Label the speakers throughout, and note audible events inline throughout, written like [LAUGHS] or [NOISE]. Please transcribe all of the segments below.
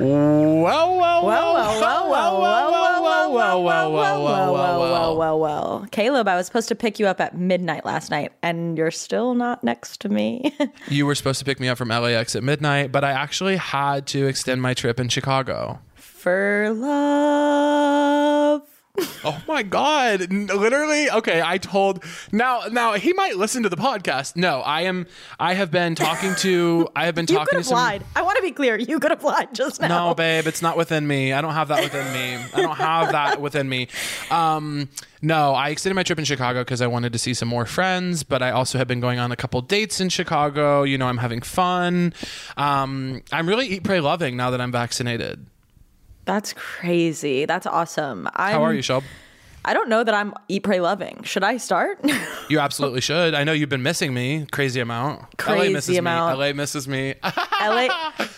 Speaker 1: Well, well,
Speaker 2: Well, well, well, well, well, well, well, well, well, well, well, well, well, well, well. Caleb, I was supposed to pick you up at midnight last night, and you're still not next to me. [LAUGHS]
Speaker 1: You were supposed to pick me up from LAX at midnight, but I actually had to extend my trip in Chicago.
Speaker 2: For love.
Speaker 1: Oh my god! N- Literally, okay. I told now. Now he might listen to the podcast. No, I am. I have been talking to. I have been
Speaker 2: You
Speaker 1: talking
Speaker 2: could
Speaker 1: to
Speaker 2: have
Speaker 1: some.
Speaker 2: lied. I want to be clear. You could have lied just now.
Speaker 1: [LAUGHS] No, babe, it's not within me. I don't have that within me. I don't have that within me. Um, no, I extended my trip in Chicago because I wanted to see some more friends, but I also have been going on a couple dates in Chicago. You know, I'm having fun. Um, I'm really eat, pray, loving now that I'm vaccinated.
Speaker 2: That's crazy. That's awesome. I'm,
Speaker 1: How are you, Shelb?
Speaker 2: I don't know that I'm eat, pray, loving. Should I start? [LAUGHS]
Speaker 1: You absolutely should. I know you've been missing me. Crazy amount.
Speaker 2: Crazy
Speaker 1: LA misses
Speaker 2: amount.
Speaker 1: me. LA misses me. [LAUGHS]
Speaker 2: LA,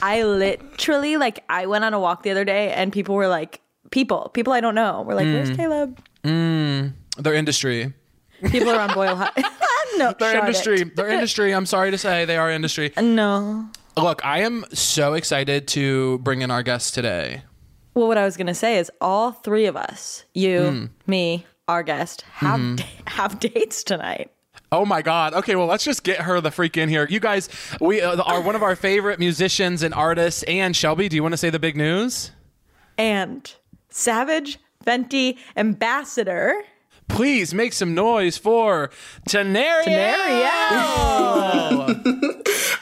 Speaker 2: I literally like I went on a walk the other day and people were like people people I don't know were like
Speaker 1: Hmm.
Speaker 2: where's Caleb
Speaker 1: Their industry.
Speaker 2: people are on Boyle High [LAUGHS] no
Speaker 1: Their
Speaker 2: shut
Speaker 1: industry.
Speaker 2: it.
Speaker 1: Their industry. I'm sorry to say they are
Speaker 2: [LAUGHS]
Speaker 1: industry.
Speaker 2: no
Speaker 1: Look, I am so excited to bring in our guest today.
Speaker 2: well what I was gonna say is all three of us you
Speaker 1: Hmm.
Speaker 2: me our guest have [LAUGHS] have dates tonight
Speaker 1: Oh my God. Okay, well, let's just get her the freak in here. You guys, we uh, are one of our favorite musicians and artists. And Shelby, do you want to say the big news?
Speaker 2: and Savage Fenty ambassador
Speaker 1: Please make some noise for Tenaria.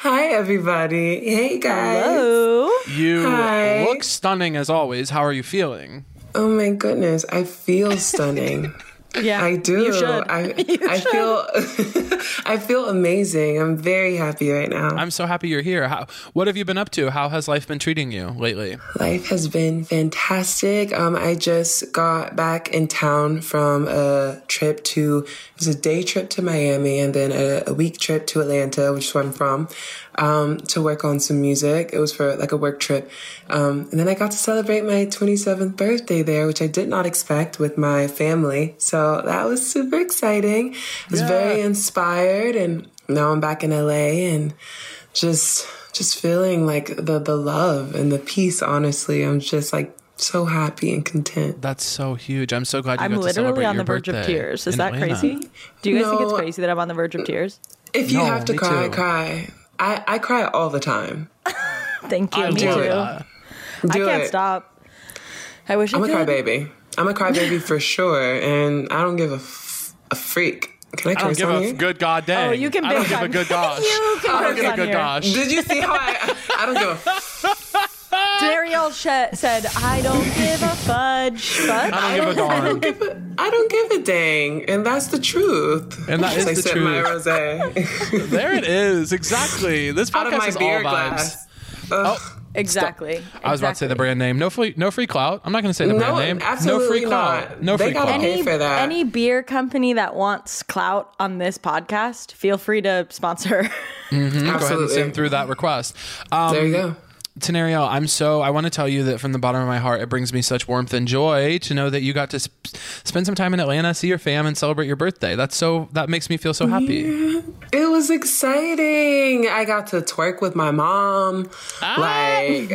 Speaker 3: Hi, everybody. Hey, guys.
Speaker 2: Hello
Speaker 1: You
Speaker 3: Hi.
Speaker 1: look stunning as always. How are you feeling?
Speaker 3: Oh, my goodness. I
Speaker 2: [LAUGHS]
Speaker 3: feel stunning.
Speaker 2: yeah
Speaker 3: I
Speaker 2: [LAUGHS]
Speaker 3: do.
Speaker 2: you should
Speaker 3: I, I feel [LAUGHS] I feel amazing. I'm very happy right now.
Speaker 1: I'm so happy you're here. How, what have you been up to? How has life been treating you lately?
Speaker 3: Life has been fantastic. Um, I just got back in town from a trip to, it was a day trip to Miami and then a, a week trip to Atlanta, which is where I'm from, um, to work on some music. It was for like a work trip. Um, and then I got to celebrate my 27th birthday there, which I did not expect with my family. So that was super exciting. I was very inspired and now I'm back in LA and just just feeling like the the love and the peace honestly i'm just like so happy and content
Speaker 1: That's so huge. I'm so glad you
Speaker 2: I'm
Speaker 1: got to celebrate
Speaker 2: literally on
Speaker 1: your
Speaker 2: the verge of
Speaker 1: birthday
Speaker 2: tears. Is
Speaker 1: in
Speaker 2: that
Speaker 1: Atlanta.
Speaker 2: crazy? Do you guys think
Speaker 3: No.
Speaker 2: it's crazy that I'm on the verge of tears?
Speaker 3: if you
Speaker 1: No,
Speaker 3: have to
Speaker 1: me
Speaker 3: cry
Speaker 1: too.
Speaker 3: cry i i cry all the time
Speaker 2: Thank you.
Speaker 1: I
Speaker 2: Me
Speaker 1: love
Speaker 2: too.
Speaker 1: that.
Speaker 3: do
Speaker 2: I can't
Speaker 3: it
Speaker 2: stop. I wish
Speaker 3: i'm
Speaker 2: I
Speaker 3: a
Speaker 2: could.
Speaker 3: crybaby i'm a crybaby for sure and i don't give a, f- a freak can i
Speaker 1: I don't
Speaker 3: curse
Speaker 1: give
Speaker 3: on
Speaker 1: a
Speaker 3: you
Speaker 1: good god dang.
Speaker 2: Oh, you can
Speaker 1: I don't
Speaker 2: big
Speaker 1: give a
Speaker 2: time.
Speaker 1: good gosh.
Speaker 2: [LAUGHS] You can
Speaker 1: I don't
Speaker 2: curse
Speaker 1: give a
Speaker 2: on
Speaker 1: good
Speaker 2: here.
Speaker 1: gosh.
Speaker 3: did you see how
Speaker 1: [LAUGHS]
Speaker 3: i i don't give a f-
Speaker 2: Dariel sh- said, "I
Speaker 1: [LAUGHS]
Speaker 2: don't give a fudge." Fudge.
Speaker 1: I don't give a darn.
Speaker 3: give a I don't give a dang, and that's the truth.
Speaker 1: And that is
Speaker 3: I
Speaker 1: the
Speaker 3: sip my
Speaker 1: truth.
Speaker 3: rosé
Speaker 1: [LAUGHS] There it is. Exactly. This
Speaker 3: out of
Speaker 1: podcast
Speaker 3: my
Speaker 1: is all
Speaker 3: beer
Speaker 1: vibes. Oh,
Speaker 3: glass. Ugh.
Speaker 2: [LAUGHS] Exactly.
Speaker 1: I was about to say the brand name. No free, no free clout. I'm not going to say the brand
Speaker 3: No,
Speaker 1: name.
Speaker 3: absolutely
Speaker 1: no free clout.
Speaker 3: not.
Speaker 1: No
Speaker 3: They
Speaker 1: free
Speaker 3: got
Speaker 1: clout.
Speaker 3: pay
Speaker 2: Any,
Speaker 3: for that.
Speaker 2: any beer company that wants clout on this podcast, feel free to sponsor. [LAUGHS]
Speaker 1: Go ahead and
Speaker 3: Absolutely.
Speaker 1: send through that request. Um,
Speaker 3: There you go.
Speaker 1: Tenario, I'm so. I want to tell you that from the bottom of my heart, it brings me such warmth and joy to know that you got to sp- spend some time in Atlanta, see your fam, and celebrate your birthday. That's so. That makes me feel so happy.
Speaker 3: It was exciting. I got to
Speaker 1: Ah,
Speaker 3: twerk with my mom. Like,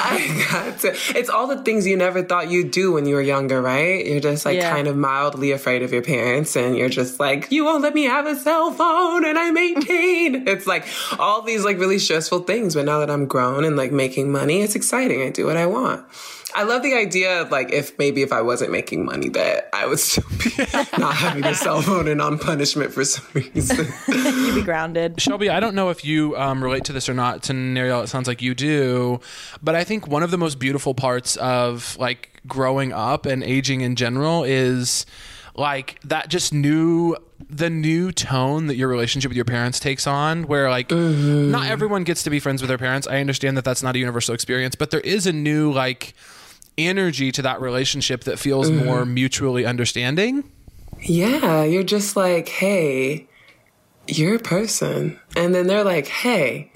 Speaker 3: [LAUGHS] I got to. It's all the things you never thought you'd do when you were younger, right? You're just like
Speaker 2: Yeah.
Speaker 3: kind of mildly afraid of your parents, and you're just like, you won't let me have a cell phone, and I'm 18. [LAUGHS] it's like all these like really stressful things. But now that I'm grown and like making money, it's exciting. I do what I want. I love the idea of like if maybe if I wasn't making money that I would still be [LAUGHS] not having a cell phone and on punishment for some reason. [LAUGHS]
Speaker 2: You'd be grounded.
Speaker 1: Shelby, I don't know if you um, relate to this or not. To Nariel, it sounds like you do, but I think one of the most beautiful parts of like growing up and aging in general is like that just new the new tone that your relationship with your parents takes on where like not everyone gets to be friends with their parents i understand that that's not a universal experience but there is a new like energy to that relationship that feels more mutually understanding
Speaker 3: Yeah, you're just like, hey, you're a person. And then they're like, hey,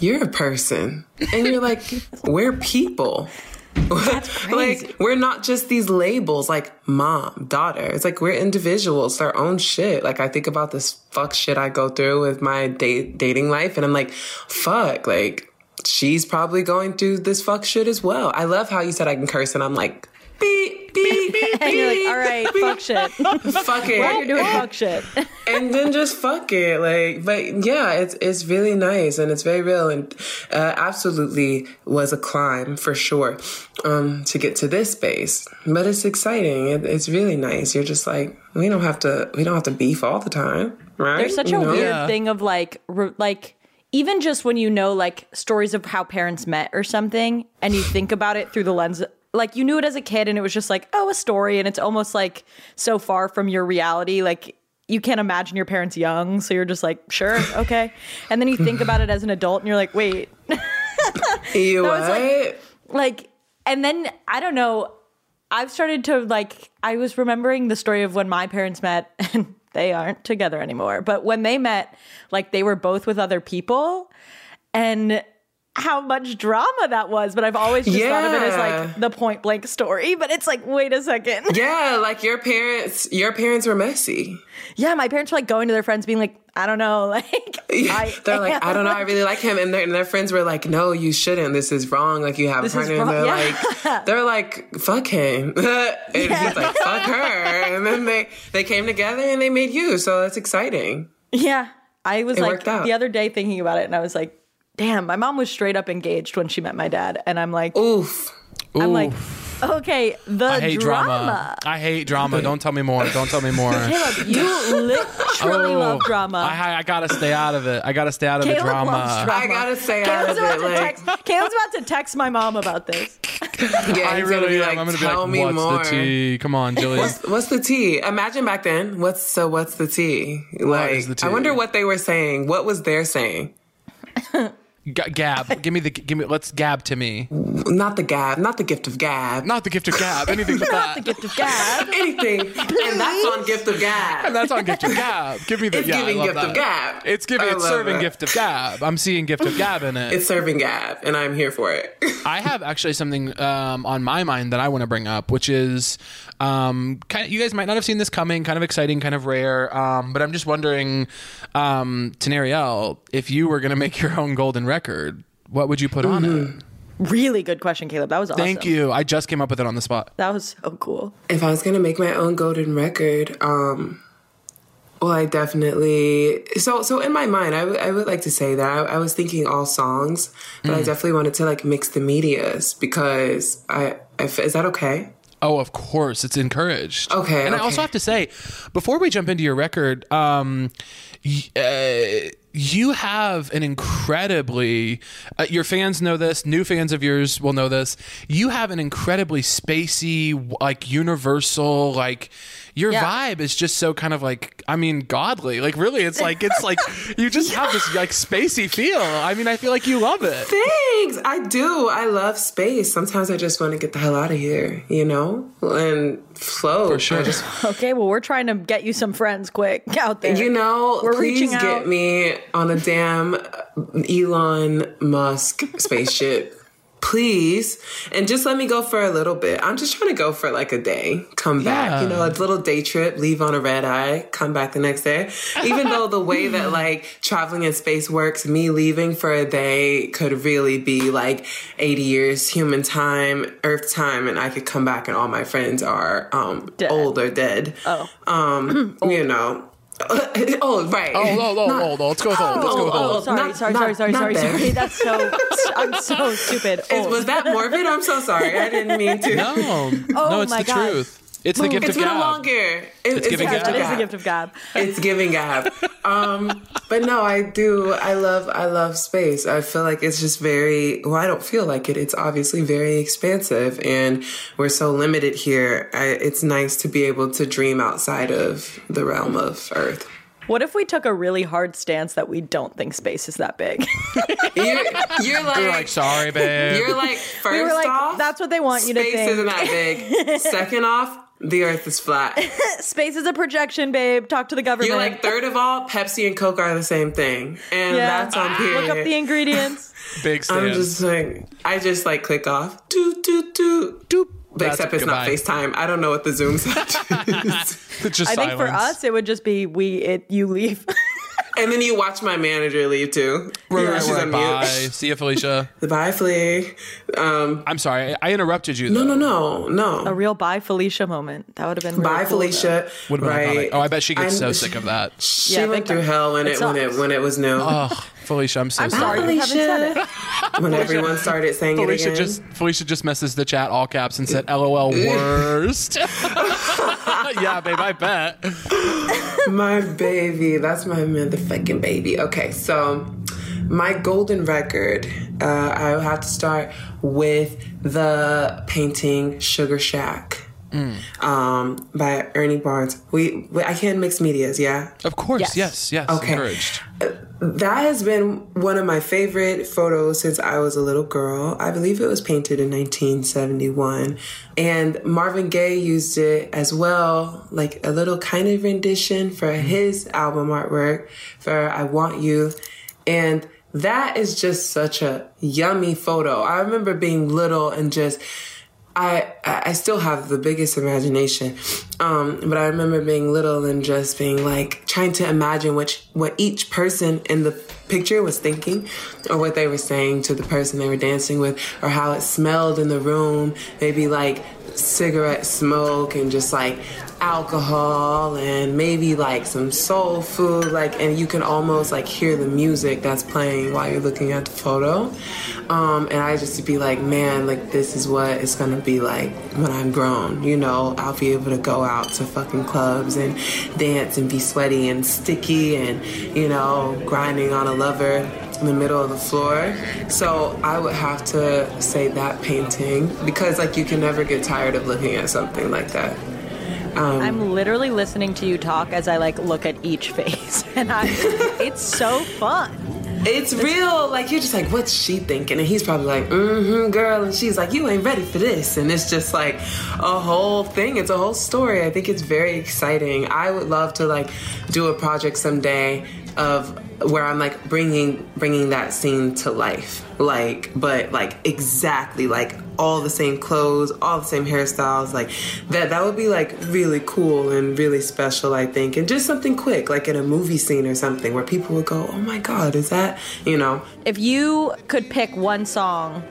Speaker 3: you're a person. And
Speaker 2: [LAUGHS]
Speaker 3: you're like, we're people. [LAUGHS] like, we're not just these labels like mom, daughter. It's like we're individuals, our own shit. Like, I think about this fuck shit I go through with my date, dating life, and I'm like, fuck, like, she's probably going through this fuck shit as well. I love how you said I can curse, and I'm like, beep, beep, beep.
Speaker 2: And [LAUGHS] you're like,
Speaker 1: [LAUGHS]
Speaker 2: all right, fuck shit.
Speaker 3: Fuck it.
Speaker 2: You're doing fuck shit.
Speaker 3: [LAUGHS] and then just fuck it like but yeah it's it's really nice and it's very real and uh, absolutely was a climb for sure um to get to this space but it's exciting it, it's really nice you're just like we don't have to we don't have to beef all the time right
Speaker 2: There's such a
Speaker 3: You know?
Speaker 2: weird thing of like, re- like even just when you know like stories of how parents met or something, and you think about it through the lens, like you knew it as a kid, and it was just like, oh, a story, and it's almost like so far from your reality, like. You can't imagine your parents young, so you're just like, sure, okay. And then you think about it as an adult and you're like, wait,
Speaker 3: you
Speaker 2: was like-
Speaker 3: what?
Speaker 2: like and then i don't know i've started to like i was remembering the story of when my parents met [LAUGHS] and they aren't together anymore but when they met like they were both with other people and how much drama that was but i've always just thought of it as
Speaker 3: Yeah.
Speaker 2: like the point blank story but it's like wait a second
Speaker 3: [LAUGHS] yeah like your parents your parents were messy
Speaker 2: yeah my parents were like going to their friends being like i don't know [LAUGHS] like I
Speaker 3: [LAUGHS] they're like,
Speaker 2: am-
Speaker 3: I don't
Speaker 2: [LAUGHS]
Speaker 3: know, I really like him, and, their- and their friends were like, No, you shouldn't. This is wrong. Like you have
Speaker 2: This
Speaker 3: a
Speaker 2: is
Speaker 3: partner. And
Speaker 2: wrong.
Speaker 3: they're
Speaker 2: Yeah. [LAUGHS]
Speaker 3: like, they're like, fuck him, [LAUGHS] and he's like, fuck her, and then they they came together and they made you. So that's exciting.
Speaker 2: Yeah. I was
Speaker 3: It
Speaker 2: like
Speaker 3: worked out.
Speaker 2: the other day thinking about it and I was like, damn, my mom was straight up engaged when she met my dad. And I'm like,
Speaker 3: Oof.
Speaker 2: I'm
Speaker 1: Ooh.
Speaker 2: like, okay, the
Speaker 1: i hate
Speaker 2: drama.
Speaker 1: i hate drama don't tell me more don't tell me more
Speaker 2: Caleb,
Speaker 3: [LAUGHS]
Speaker 2: you literally
Speaker 1: Oh,
Speaker 2: love drama.
Speaker 1: I, I gotta stay out of it. I gotta stay out of the
Speaker 2: Caleb
Speaker 1: drama.
Speaker 2: loves drama.
Speaker 3: I gotta stay out
Speaker 2: Caleb's
Speaker 3: of
Speaker 2: about,
Speaker 3: it,
Speaker 2: to
Speaker 3: like-
Speaker 2: text, Caleb's about to text my mom about this.
Speaker 3: Yeah,
Speaker 1: I
Speaker 3: he's
Speaker 1: really
Speaker 3: gonna be
Speaker 1: am.
Speaker 3: like,
Speaker 1: I'm gonna be
Speaker 3: tell
Speaker 1: like,
Speaker 3: me
Speaker 1: what's
Speaker 3: more.
Speaker 1: the tea? Come on, Jillian.
Speaker 3: What's the tea? Imagine back then. What's so? What's the tea? Like,
Speaker 1: is the tea?
Speaker 3: I wonder what they were saying. What was their saying?
Speaker 1: G- gab. Give me the. Give me. Let's gab to me.
Speaker 3: Not the gab. Not the gift of gab.
Speaker 1: Not the gift of gab. Anything but
Speaker 2: Not
Speaker 1: that.
Speaker 2: the gift of gab. [LAUGHS]
Speaker 3: anything. and that's on gift of
Speaker 1: [LAUGHS]
Speaker 3: gab.
Speaker 1: That's on gift of gab. Give me the.
Speaker 3: It's
Speaker 1: yeah, I
Speaker 3: giving
Speaker 1: love
Speaker 3: gift of
Speaker 1: that.
Speaker 3: gab.
Speaker 1: It's giving.
Speaker 3: I
Speaker 1: It's
Speaker 3: love
Speaker 1: serving
Speaker 3: it.
Speaker 1: gift of gab. I'm seeing gift of gab in it.
Speaker 3: [LAUGHS] It's serving Gab, and I'm here for it. [LAUGHS]
Speaker 1: I have actually something um, on my mind that I want to bring up, which is um, kind of, you guys might not have seen this coming, kind of exciting, kind of rare. Um, but I'm just wondering, um, Tenariel, if you were going to make your own golden record, what would you put on it?
Speaker 2: Really good question, Caleb. That was awesome.
Speaker 1: Thank you. I just came up with it on the spot.
Speaker 2: That was so cool.
Speaker 3: if I was gonna make my own golden record, um, well, I definitely so so in my mind, I, w- I would like to say that I, I was thinking all songs, but I definitely wanted to like mix the medias because I, I f- is that okay?
Speaker 1: Oh, of course, it's encouraged.
Speaker 3: Okay,
Speaker 1: and I
Speaker 3: okay.
Speaker 1: also have to say, before we jump into your record, um, y- uh, you have an incredibly. Uh, your fans know this. New fans of yours will know this. You have an incredibly spacey, w- like universal, like your
Speaker 2: Yeah.
Speaker 1: vibe is just so kind of like. I mean, godly. Like really, it's like it's
Speaker 3: [LAUGHS]
Speaker 1: like you just have this like spacey feel. I mean, I feel like you love it.
Speaker 3: Thanks. I do. I love space. Sometimes I just want to get the hell out of here, you know, and flow. For
Speaker 1: sure.
Speaker 2: Okay, well, we're trying to get you some friends quick out there.
Speaker 3: You know,
Speaker 2: We're
Speaker 3: please
Speaker 2: reaching
Speaker 3: get
Speaker 2: out.
Speaker 3: [LAUGHS] me on a damn Elon Musk spaceship. please and just let me go for a little bit i'm just trying to go for like a day come back you know a little day trip leave on a red eye come back the next day even though the way [LAUGHS] that like traveling in space works me leaving for a day could really be like 80 years human time earth time and i could come back and all my friends are um old or dead oh [CLEARS THROAT] um you know [LAUGHS] oh right
Speaker 1: Old, old, old, old, old. Let's go with old. Let's go with
Speaker 3: Oh,
Speaker 1: old.
Speaker 3: oh,
Speaker 2: Oh, sorry,
Speaker 3: not-
Speaker 2: sorry,
Speaker 3: not-
Speaker 2: sorry, sorry,
Speaker 3: not
Speaker 2: sorry,
Speaker 3: there.
Speaker 2: sorry. That's
Speaker 3: [LAUGHS]
Speaker 2: so. I'm so stupid.
Speaker 3: Is-
Speaker 2: Oh.
Speaker 3: was that morbid i'm so sorry i didn't mean
Speaker 1: [LAUGHS]
Speaker 3: to
Speaker 1: No, no,
Speaker 2: Oh
Speaker 1: it's
Speaker 2: my
Speaker 1: the
Speaker 2: God.
Speaker 1: truth. It's the gift
Speaker 3: it's
Speaker 1: of
Speaker 3: been
Speaker 1: God.
Speaker 3: a long year. It- it's,
Speaker 1: giving
Speaker 3: a
Speaker 1: gab.
Speaker 3: gift of
Speaker 2: that is the
Speaker 3: gab.
Speaker 2: gift of God.
Speaker 3: It's giving gab. Um, but no, I do. I love. I love space. I feel like it's just very. Well, I don't feel like it. It's obviously very expansive, and we're so limited here. I, it's nice to be able to dream outside of the realm of Earth.
Speaker 2: What if we took a really hard stance that we don't think space is that big? [LAUGHS]
Speaker 3: You're, you're like.
Speaker 1: You're like, sorry, babe.
Speaker 3: you're like, First
Speaker 2: were like,
Speaker 3: off,
Speaker 2: that's what they want you to
Speaker 3: Space
Speaker 2: think.
Speaker 3: isn't that
Speaker 2: [LAUGHS]
Speaker 3: big. Second off, the Earth is flat.
Speaker 2: space is a projection, babe. Talk to the government.
Speaker 3: You're like, third of all, Pepsi and Coke are the same thing, and
Speaker 2: Yeah.
Speaker 3: that's on period.
Speaker 2: Look up the ingredients.
Speaker 1: Big stand.
Speaker 3: I'm just like, I just like click off. Doot, doot, doot, doop. But
Speaker 1: That's-
Speaker 3: except it's not
Speaker 1: goodbye.
Speaker 3: FaceTime. I don't know what the
Speaker 2: [LAUGHS]
Speaker 3: Zoom sound is.
Speaker 1: It's [LAUGHS] just
Speaker 2: I think for
Speaker 1: silence.
Speaker 2: us, it would just be we, it, you leave. [LAUGHS]
Speaker 3: and then you watch my manager leave too.
Speaker 1: Right,
Speaker 3: Remember,
Speaker 1: right,
Speaker 3: she's
Speaker 1: right.
Speaker 3: on
Speaker 1: Bye.
Speaker 3: mute.
Speaker 1: See you, Felicia.
Speaker 3: Bye, Flea. Um,
Speaker 1: [LAUGHS] I'm sorry. I interrupted you.
Speaker 3: no,
Speaker 1: though.
Speaker 3: no, no, no.
Speaker 2: a real bye Felicia moment. That would have been really
Speaker 3: Bye,
Speaker 2: cool, though.
Speaker 3: Felicia.
Speaker 1: Would have been iconic.
Speaker 3: right.
Speaker 1: Oh, I bet she gets
Speaker 3: I'm-
Speaker 1: so sick of that.
Speaker 3: She
Speaker 2: Yeah,
Speaker 3: went
Speaker 2: big
Speaker 3: through
Speaker 2: time.
Speaker 3: hell when
Speaker 2: It
Speaker 3: it, when it
Speaker 2: sucks.
Speaker 3: when it was new.
Speaker 1: Oh, Felicia, I'm so
Speaker 2: I'm
Speaker 1: sorry.
Speaker 2: sorry, you haven't said it.
Speaker 3: when everyone started saying it
Speaker 1: Felicia
Speaker 3: again.
Speaker 1: just Felicia just messaged the chat all caps and said LOL worst. [LAUGHS] yeah, babe, I bet.
Speaker 3: my baby. That's my motherfucking baby. Okay, so my golden record, uh, I would have to start with the painting Sugar Shack um, by Ernie Barnes. We, we I can't mix medias, yeah?
Speaker 1: Of course, yes, yes.
Speaker 3: Okay.
Speaker 1: Encouraged.
Speaker 3: That has been one of my favorite photos since I was a little girl. I believe it was painted in 1971. And Marvin Gaye used it as well, like a little kind of rendition for his album artwork for I Want You. And that is just such a yummy photo. I remember being little and just I I I still have the biggest imagination, um, but I remember being little and just being like trying to imagine which what each person in the picture was thinking, or what they were saying to the person they were dancing with, or how it smelled in the room. Maybe like cigarette smoke and just like alcohol and maybe like some soul food like and you can almost like hear the music that's playing while you're looking at the photo um, and i just be like man like this is what it's gonna be like when i'm grown you know i'll be able to go out to fucking clubs and dance and be sweaty and sticky and you know grinding on a lover in the middle of the floor. So I would have to say that painting because like you can never get tired of looking at something like that.
Speaker 2: I'm literally listening to you talk as I like look at each face, [LAUGHS] and I, it's so fun.
Speaker 3: It's real. Like you're just like, what's she thinking? And he's probably like, mm-hmm, girl. And she's like, you ain't ready for this. And it's just like a whole thing. It's a whole story. I think it's very exciting. I would love to like do a project someday of where I'm like bringing bringing that scene to life. Like, but like exactly like all the same clothes, all the same hairstyles. Like that that would be like really cool and really special, I think. And just something quick, like in a movie scene or something where people would go, "Oh my god, is that, you know,
Speaker 2: If you could pick one song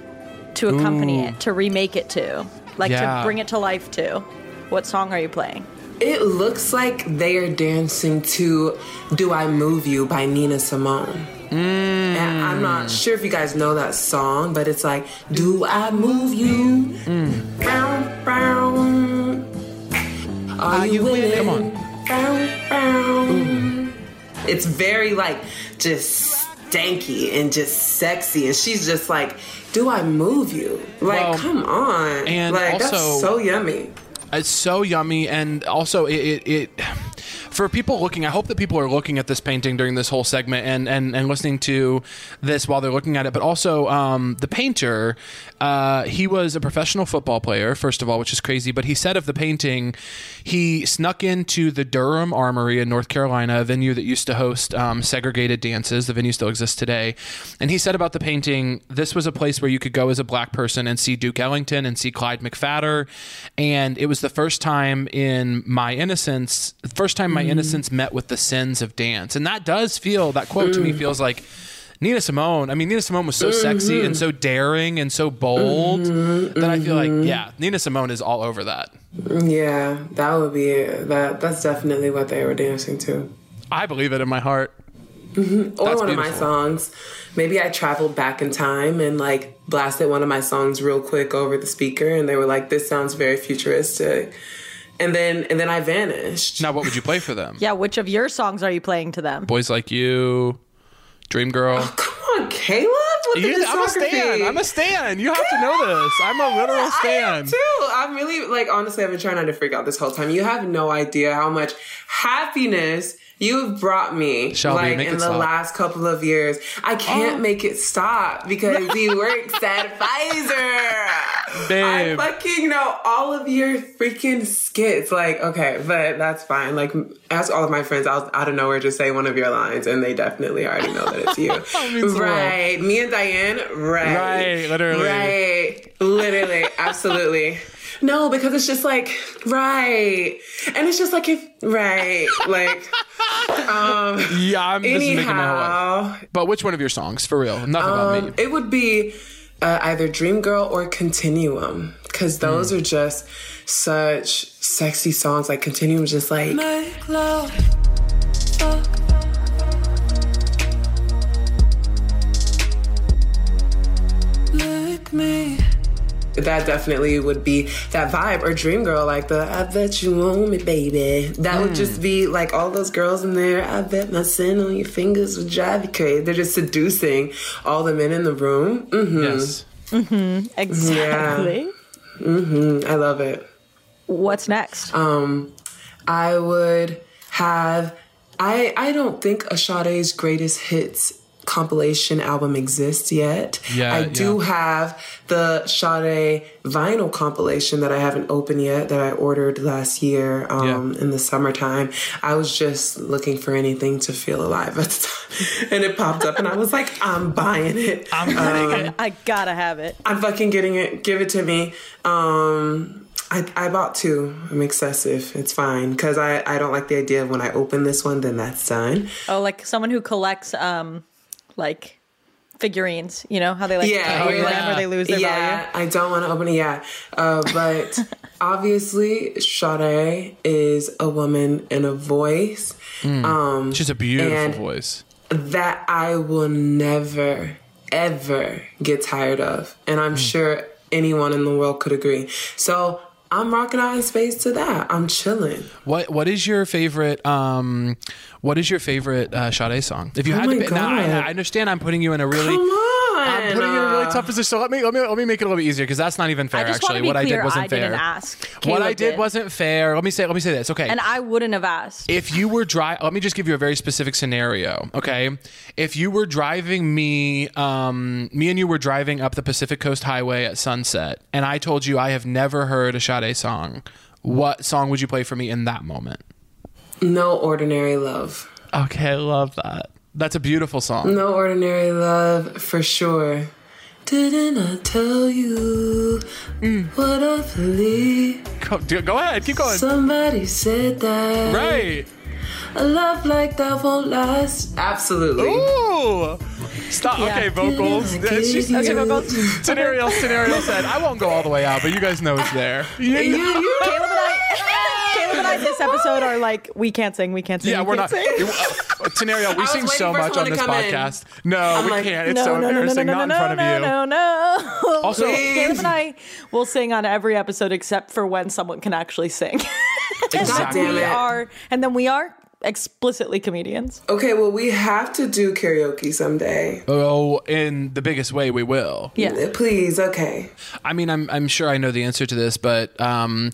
Speaker 2: to accompany it, to remake it to, like
Speaker 1: Yeah.
Speaker 2: to bring it to life to, what song are you playing?
Speaker 3: It looks like they are dancing to Do I Move You by Nina Simone.
Speaker 1: Mm.
Speaker 3: And I'm not sure if you guys know that song, but it's like Do I Move You?
Speaker 1: Mm.
Speaker 3: Bow, bow. Are, you willing?
Speaker 1: Come on.
Speaker 3: Bow, bow. It's very like just stanky and just sexy, and she's just like, "Do I move you? Like,
Speaker 1: Well,
Speaker 3: come on!
Speaker 1: and
Speaker 3: like that's
Speaker 1: also-
Speaker 3: so yummy."
Speaker 1: It's so yummy, and also it it, it for people looking, I hope that people are looking at this painting during this whole segment and and, and listening to this while they're looking at it. But also, um, the painter, uh, he was a professional football player, first of all, which is crazy. But he said of the painting, he snuck into the Durham Armory in North Carolina, a venue that used to host um, segregated dances. The venue still exists today. And he said about the painting, this was a place where you could go as a black person and see Duke Ellington and see Clyde McFadder. And it was the first time in my innocence, first time my innocence met with the sins of dance. And that does feel, that quote to me feels like, Nina Simone. I mean, Nina Simone was so sexy and so daring and so bold that I feel like, yeah, Nina Simone is all over that.
Speaker 3: Yeah, that would be it. that. That's definitely what they were dancing to.
Speaker 1: I believe it in my heart.
Speaker 3: Or
Speaker 1: That's
Speaker 3: one of my
Speaker 1: beautiful.
Speaker 3: songs. Maybe I traveled back in time and like blasted one of my songs real quick over the speaker, and they were like, "This sounds very futuristic," and then and then I vanished.
Speaker 1: Now, what would you play for them?
Speaker 2: Yeah, which of your songs are you playing to them?
Speaker 1: Boys Like You, Dream Girl.
Speaker 3: Come on, Caleb. With the
Speaker 1: You- I'm a
Speaker 3: discography.
Speaker 1: stan. I'm a stan. You have to know this. I'm a literal
Speaker 3: I
Speaker 1: stan.
Speaker 3: am too. I'm really like honestly. I've been trying not to freak out this whole time. You have no idea how much happiness you've brought me.
Speaker 1: Shelby,
Speaker 3: like
Speaker 1: make
Speaker 3: in
Speaker 1: it
Speaker 3: the
Speaker 1: stop.
Speaker 3: last couple of years, I
Speaker 1: Oh.
Speaker 3: can't make it stop because
Speaker 1: [LAUGHS]
Speaker 3: we worked at Pfizer.
Speaker 1: Babe.
Speaker 3: I fucking know all of your freaking skits. Like, okay, but that's fine. Like, ask all of my friends out, out of nowhere just say one of your lines, and they definitely already know that
Speaker 1: [LAUGHS]
Speaker 3: it's you.
Speaker 1: means the world.
Speaker 3: right. Me and Diane, right.
Speaker 1: Right, literally.
Speaker 3: Right. Literally. Absolutely. [LAUGHS] No, because it's just like, right. And it's just like, if, right.
Speaker 1: [LAUGHS]
Speaker 3: Like, um,
Speaker 1: Yeah, I'm just making my whole life.
Speaker 3: anyhow,
Speaker 1: But which one of your songs, for real? Nothing about me.
Speaker 3: um, it would be uh, either Dream Girl or Continuum because
Speaker 1: Hmm.
Speaker 3: those are just such sexy songs. Like Continuum, is just like that definitely would be that vibe or Dream Girl, like the I bet you want me, baby. That would just be like all those girls in there. I bet my sin on your fingers would drive you crazy. They're just seducing all the men in the room. hmm
Speaker 1: Yes.
Speaker 2: Exactly.
Speaker 3: Mm-hmm. I love it.
Speaker 2: What's next?
Speaker 3: um, I would have. I I don't think Ashade's greatest hits compilation album exists yet.
Speaker 1: Yeah,
Speaker 3: I do
Speaker 1: yeah.
Speaker 3: have the Sade vinyl compilation that I haven't opened yet that I ordered last year um,
Speaker 1: Yeah.
Speaker 3: in the summertime. I was just looking for anything to feel alive at the time, [LAUGHS] and it popped up, and I was like, I'm buying it. I'm
Speaker 2: I gotta have it.
Speaker 3: I'm fucking getting it. Give it to me. Um, I, I bought two. I'm excessive. It's fine because I, I don't like the idea of when I open this one, then that's done.
Speaker 2: Oh, like someone who collects um like figurines, you know, how they like
Speaker 3: Yeah,
Speaker 2: yeah,
Speaker 3: oh,
Speaker 2: like
Speaker 3: yeah.
Speaker 2: where they lose their
Speaker 3: yeah,
Speaker 2: value.
Speaker 3: I don't want to open it. Yeah, uh, but obviously, Sade is a woman and a voice um,
Speaker 1: She's a beautiful
Speaker 3: And-
Speaker 1: voice.
Speaker 3: that I will never ever get tired of, and I'm sure anyone in the world could agree. So. I'm rocking out in space to that. I'm chilling.
Speaker 1: What What is your favorite? Um, what is your favorite uh, Sade song? If you had
Speaker 3: Oh my
Speaker 1: to, pick- now I,
Speaker 3: God.
Speaker 1: I understand I'm putting you in a really.
Speaker 3: Come on.
Speaker 1: I'm putting you in a really tough position. So let me let me let me make it a little bit easier because that's not even fair.
Speaker 2: I just want
Speaker 1: actually,
Speaker 2: to be
Speaker 1: what I
Speaker 2: clear.
Speaker 1: did wasn't fair.
Speaker 2: didn't ask.
Speaker 1: what
Speaker 2: Caleb
Speaker 1: I did wasn't fair. Let me say. Let me say this. Okay.
Speaker 2: and I wouldn't have asked.
Speaker 1: if you were driving, let me just give you a very specific scenario. Okay, if you were driving me, um, me and you were driving up the Pacific Coast Highway at sunset, and I told you I have never heard a Sade song. What song would you play for me in that moment?
Speaker 3: Uh, No Ordinary Love.
Speaker 1: Okay, I love that. That's a beautiful song.
Speaker 3: No Ordinary Love for sure. Didn't I tell you what I believe?
Speaker 1: Go, do- Mm. go ahead, keep going.
Speaker 3: Somebody said that.
Speaker 1: Right.
Speaker 3: A love like that won't last. Absolutely.
Speaker 1: Ooh. Stop. Okay, vocals.
Speaker 3: Yeah, I
Speaker 1: She's-
Speaker 3: gave you-
Speaker 1: scenario, scenario said. I won't go all the way out, but you guys know it's there.
Speaker 3: You,
Speaker 1: Yeah,
Speaker 3: you,
Speaker 2: Caleb and I, [LAUGHS] Caleb and I this episode are like, we can't sing, we can't sing.
Speaker 1: yeah
Speaker 2: we
Speaker 1: we're not.
Speaker 2: can't sing.
Speaker 1: You- uh, Scenario, we
Speaker 3: was
Speaker 1: sing
Speaker 3: waiting
Speaker 1: so
Speaker 3: for
Speaker 1: much on
Speaker 3: someone to
Speaker 1: this
Speaker 3: come in.
Speaker 1: podcast. No, we
Speaker 3: like,
Speaker 1: can't. It's so embarrassing. Not in front
Speaker 2: no,
Speaker 1: of you.
Speaker 2: no, no. [LAUGHS]
Speaker 1: Also-
Speaker 2: Caleb and I will sing on every episode except for when someone can actually sing. [LAUGHS]
Speaker 1: Exactly.
Speaker 3: damn
Speaker 2: we
Speaker 3: it.
Speaker 2: are, and then we are explicitly comedians.
Speaker 3: Okay, well, we have to do karaoke someday.
Speaker 1: Oh, in the biggest way we will.
Speaker 2: Yeah.
Speaker 3: Please, okay.
Speaker 1: I mean, I'm I'm sure I know the answer to this, but um,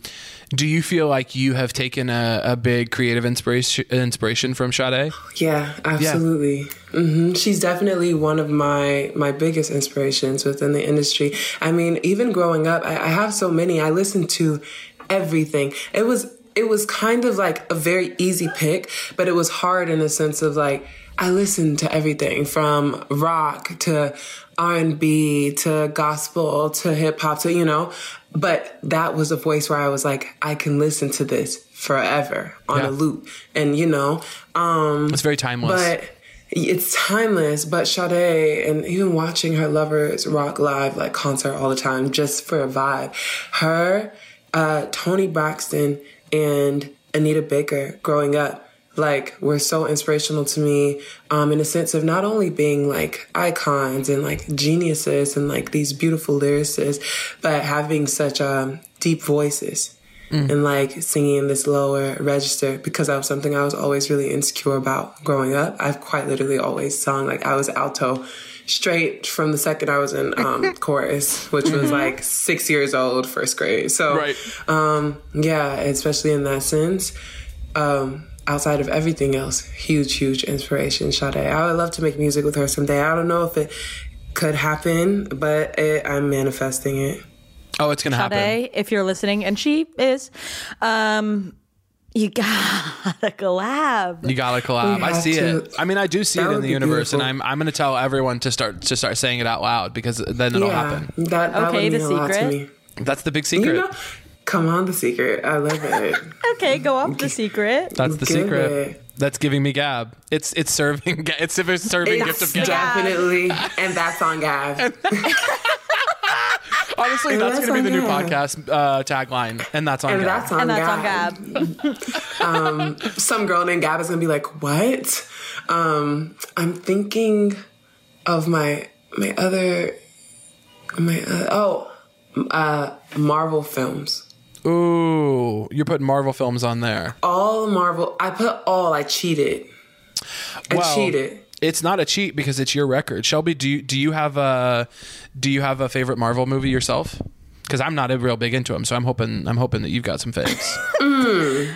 Speaker 1: do you feel like you have taken a, a big creative inspiration inspiration from Sade?
Speaker 3: Yeah, absolutely. hmm She's definitely one of my my biggest inspirations within the industry. I mean, even growing up, I, I have so many. I listened to everything. It was it was kind of like a very easy pick, but it was hard in the sense of like I listened to everything from rock to R and B to gospel to hip hop to you know. But that was a voice where I was like, I can listen to this forever on
Speaker 1: Yeah.
Speaker 3: a loop, and you know. Um,
Speaker 1: It's very timeless.
Speaker 3: but it's timeless. But Sade, and even watching her lovers rock live, like concert all the time, just for a vibe. Her, uh, Tony Braxton, and Anita Baker growing up. Like were so inspirational to me, um, in a sense of not only being like icons and like geniuses and like these beautiful lyricists, but having such um, deep voices and like singing in this lower register because that was something I was always really insecure about growing up. I've quite literally always sung like I was alto straight from the second I was in um, chorus, which was like six years old, first grade. So,
Speaker 1: Right.
Speaker 3: um, yeah, especially in that sense. Um, outside of everything else, huge, huge inspiration, Sade. I would love to make music with her someday. I don't know if it could happen, but it, I'm manifesting it.
Speaker 1: oh, it's gonna happen.
Speaker 2: Day, if you're listening, and she is, um, you gotta [LAUGHS] collab.
Speaker 1: You gotta collab.
Speaker 3: We
Speaker 1: I
Speaker 3: have
Speaker 1: see
Speaker 3: to-
Speaker 1: it. I mean, I do see
Speaker 3: That
Speaker 1: it in
Speaker 3: would
Speaker 1: the
Speaker 3: be
Speaker 1: universe,
Speaker 3: beautiful.
Speaker 1: and I'm I'm gonna tell everyone to start to start saying it out loud because then it'll happen.
Speaker 3: That, that
Speaker 2: Okay,
Speaker 3: would
Speaker 2: the
Speaker 3: mean a lot to
Speaker 2: secret.
Speaker 3: me.
Speaker 1: That's the big secret.
Speaker 3: You know, come on, the secret. I
Speaker 1: [LAUGHS]
Speaker 3: love it.
Speaker 2: Okay, go off the secret.
Speaker 1: That's the
Speaker 3: Give
Speaker 1: secret.
Speaker 3: it.
Speaker 1: That's giving me gab. It's it's serving. [LAUGHS] ga- It's it's serving gift of gab.
Speaker 2: [LAUGHS]
Speaker 3: Definitely, and that's on Gav.
Speaker 1: Honestly,
Speaker 3: And
Speaker 1: that's
Speaker 3: that's
Speaker 1: going to be the new
Speaker 3: on Gab.
Speaker 1: podcast uh, tagline, and that's on.
Speaker 3: And
Speaker 1: Gab.
Speaker 3: that's on
Speaker 2: And that's on
Speaker 3: Gab.
Speaker 2: Gab.
Speaker 3: Some girl named Gab is gonna be like, "What?" Um, I'm thinking of my my other my uh, oh uh, Marvel films.
Speaker 1: Ooh, you're putting Marvel films on there.
Speaker 3: All Marvel. I put all. I cheated. I
Speaker 1: Well,
Speaker 3: cheated.
Speaker 1: It's not a cheat because it's your record. Shelby, do you, do you have a do you have a favorite Marvel movie yourself? Because I'm not a real big into them, so I'm hoping I'm hoping that you've got some
Speaker 3: [LAUGHS]
Speaker 1: faves.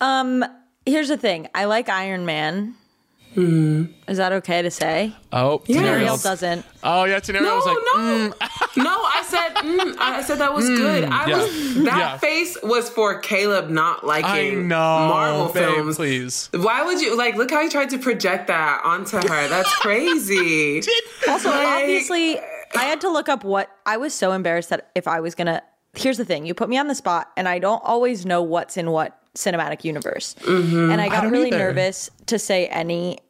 Speaker 2: Um, Here's the thing I like Iron Man. Is that okay to say?
Speaker 1: oh,
Speaker 2: Ariel
Speaker 1: Tenariel's-
Speaker 2: doesn't.
Speaker 1: Oh yeah, Tenario
Speaker 3: No,
Speaker 1: was like, mm, [LAUGHS]
Speaker 3: no, no! I said, mm, I I said that was good. I
Speaker 1: yeah.
Speaker 3: was that
Speaker 1: Yeah.
Speaker 3: face was for Caleb not
Speaker 1: I
Speaker 3: liking
Speaker 1: know
Speaker 3: Marvel
Speaker 1: babe,
Speaker 3: films.
Speaker 1: Please,
Speaker 3: Why would you like? Look how you tried to project that onto her.
Speaker 2: [LAUGHS]
Speaker 3: That's crazy.
Speaker 2: Also,
Speaker 3: Like-
Speaker 2: obviously, I had to look up what I was so embarrassed that if I was gonna. Here's the thing: you put me on the spot, and I don't always know what's in what cinematic universe. And I got
Speaker 1: don't
Speaker 2: really
Speaker 1: either.
Speaker 2: nervous to say any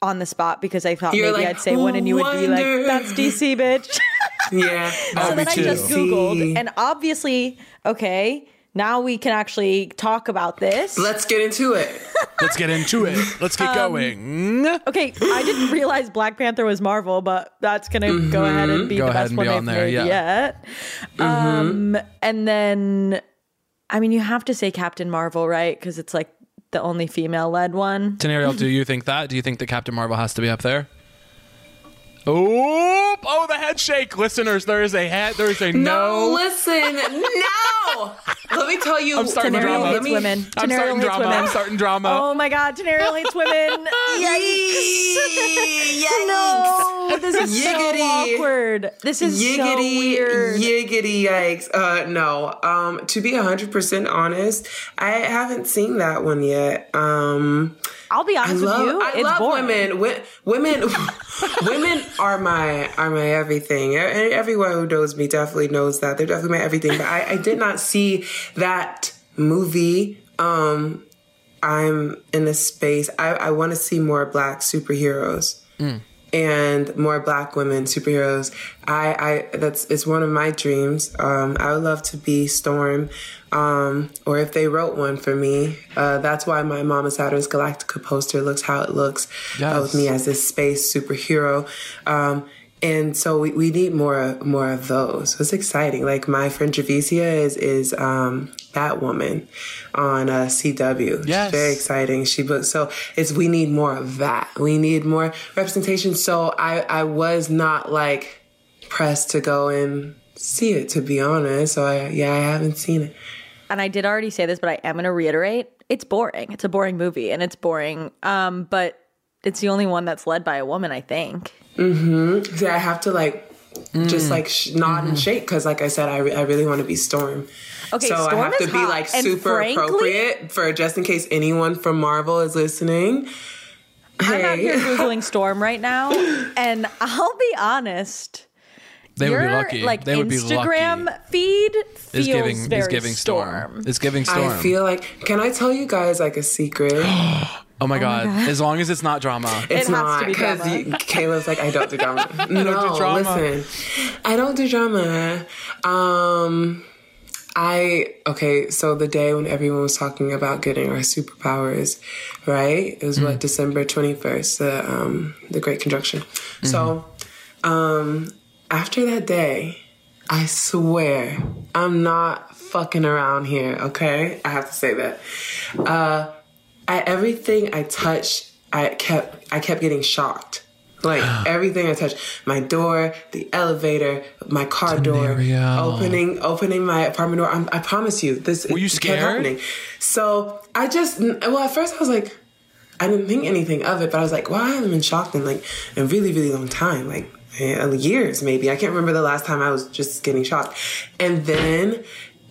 Speaker 2: on the spot because I thought
Speaker 3: You're
Speaker 2: maybe
Speaker 3: like,
Speaker 2: I'd say one, and you would be like,
Speaker 3: "Wonder."
Speaker 2: "That's DC, bitch." [LAUGHS]
Speaker 3: yeah.
Speaker 2: so then I just
Speaker 3: too.
Speaker 2: googled, and obviously, okay, now we can actually talk about this.
Speaker 3: Let's get into it.
Speaker 2: [LAUGHS]
Speaker 1: let's get into it. Let's
Speaker 3: [LAUGHS]
Speaker 1: get going.
Speaker 2: Okay, I
Speaker 1: [LAUGHS]
Speaker 2: didn't realize Black Panther was Marvel, but that's gonna go ahead and be
Speaker 1: Mm-hmm. Go
Speaker 2: the
Speaker 1: ahead
Speaker 2: best
Speaker 1: and
Speaker 2: one
Speaker 1: be
Speaker 2: they've
Speaker 1: on there,
Speaker 2: made
Speaker 1: yeah. Mm-hmm.
Speaker 2: yet. Um, and then, I mean, you have to say Captain Marvel, right? Because it's like the only female-led one.
Speaker 1: Tenariel, do you think that? Do you think that Captain Marvel has to be up there? Oh, oh, the head shake, listeners. There is a head. There is a
Speaker 3: No,
Speaker 1: no.
Speaker 3: listen, no. Let me tell you.
Speaker 1: I'm starting
Speaker 3: Let me-
Speaker 1: drama.
Speaker 3: let
Speaker 2: hates
Speaker 3: me-
Speaker 2: women.
Speaker 1: I'm
Speaker 2: Tenariel
Speaker 1: starting
Speaker 2: hates
Speaker 1: drama.
Speaker 2: women.
Speaker 1: I'm starting drama.
Speaker 2: Oh my God, Tenariel hates women. Yikes!
Speaker 3: Yikes.
Speaker 2: [LAUGHS] No, this is so
Speaker 3: Yiggity.
Speaker 2: awkward. This is so
Speaker 3: Yiggity,
Speaker 2: weird.
Speaker 3: yiggity, yikes. Uh, no. Um, to be 100% honest, I haven't seen that one yet. Um,
Speaker 2: I'll be honest
Speaker 3: love,
Speaker 2: with you.
Speaker 3: I
Speaker 2: it's
Speaker 3: love
Speaker 2: boring.
Speaker 3: women. Wo-
Speaker 2: [LAUGHS]
Speaker 3: women, women are my are my everything. E- e- Everyone who knows me definitely knows that they're definitely my everything. But I, I did not see that movie. Um, I'm in a space. I, I want to see more black superheroes and more black women superheroes. I, I that's it's one of my dreams. Um, I would love to be Storm, um, or if they wrote one for me. Uh, that's why my Mama Saturn's Galactica poster looks how it looks uh,
Speaker 1: Yes.
Speaker 3: with me as this space superhero. Um, and so we, we need more more of those. It's exciting. Like my friend Javicia is is um, Batwoman on uh, CW.
Speaker 1: Yes.
Speaker 3: She's very exciting. She but so it's we need more of that. We need more representation. So I I was not like pressed to go and see it to be honest. So I yeah I haven't seen it.
Speaker 2: and I did already say this, but I am going to reiterate it's boring. It's a boring movie and it's boring. Um, but it's the only one that's led by a woman, I think.
Speaker 3: See, I have to like
Speaker 1: Mm.
Speaker 3: just like sh- nod
Speaker 1: Mm-hmm.
Speaker 3: and shake because, like I said, I, re- I really want to be Storm.
Speaker 2: Okay,
Speaker 3: so
Speaker 2: Storm
Speaker 3: I have
Speaker 2: is
Speaker 3: to be
Speaker 2: hot,
Speaker 3: like
Speaker 2: and
Speaker 3: super
Speaker 2: frankly-
Speaker 3: appropriate for just in case anyone from Marvel is listening.
Speaker 2: I'm out
Speaker 3: Hey,
Speaker 2: here Googling
Speaker 3: [LAUGHS]
Speaker 2: Storm right now. And I'll be honest.
Speaker 1: They would
Speaker 2: your,
Speaker 1: be lucky.
Speaker 2: Like
Speaker 1: they would
Speaker 2: Instagram
Speaker 1: be lucky.
Speaker 2: feed feels
Speaker 1: Is giving
Speaker 2: very
Speaker 1: is giving storm. Is giving storm.
Speaker 3: I feel like can I tell you guys like
Speaker 1: [GASPS]
Speaker 3: a secret?
Speaker 1: oh my god. As long as it's not
Speaker 3: [LAUGHS]
Speaker 1: drama.
Speaker 3: It's
Speaker 2: It has to
Speaker 3: not
Speaker 2: be
Speaker 3: because
Speaker 2: drama.
Speaker 3: Caleb's like I don't
Speaker 2: [LAUGHS]
Speaker 3: do drama. no,
Speaker 1: drama.
Speaker 3: listen, I don't do drama. Um, I okay. So the day when everyone was talking about getting our superpowers, right? It was
Speaker 2: Mm.
Speaker 3: what December twenty first, the um, the Great Conjunction. So,
Speaker 2: Mm-hmm.
Speaker 3: um, after that day, I swear I'm not fucking around here. Okay, I have to say that. Uh, I, everything I touched, I kept I kept getting shocked. Like everything I touched, my door, the elevator, my car
Speaker 1: Dario.
Speaker 3: door, opening opening my apartment door. I'm, I promise you, this
Speaker 1: Were you
Speaker 3: it kept
Speaker 1: scared?
Speaker 3: happening. So I just well at first I was like. I didn't think anything of it, but I was like, "Wow, I haven't been shocked in like a really, really long time, like eh, years maybe." I can't remember the last time I was just getting shocked. And then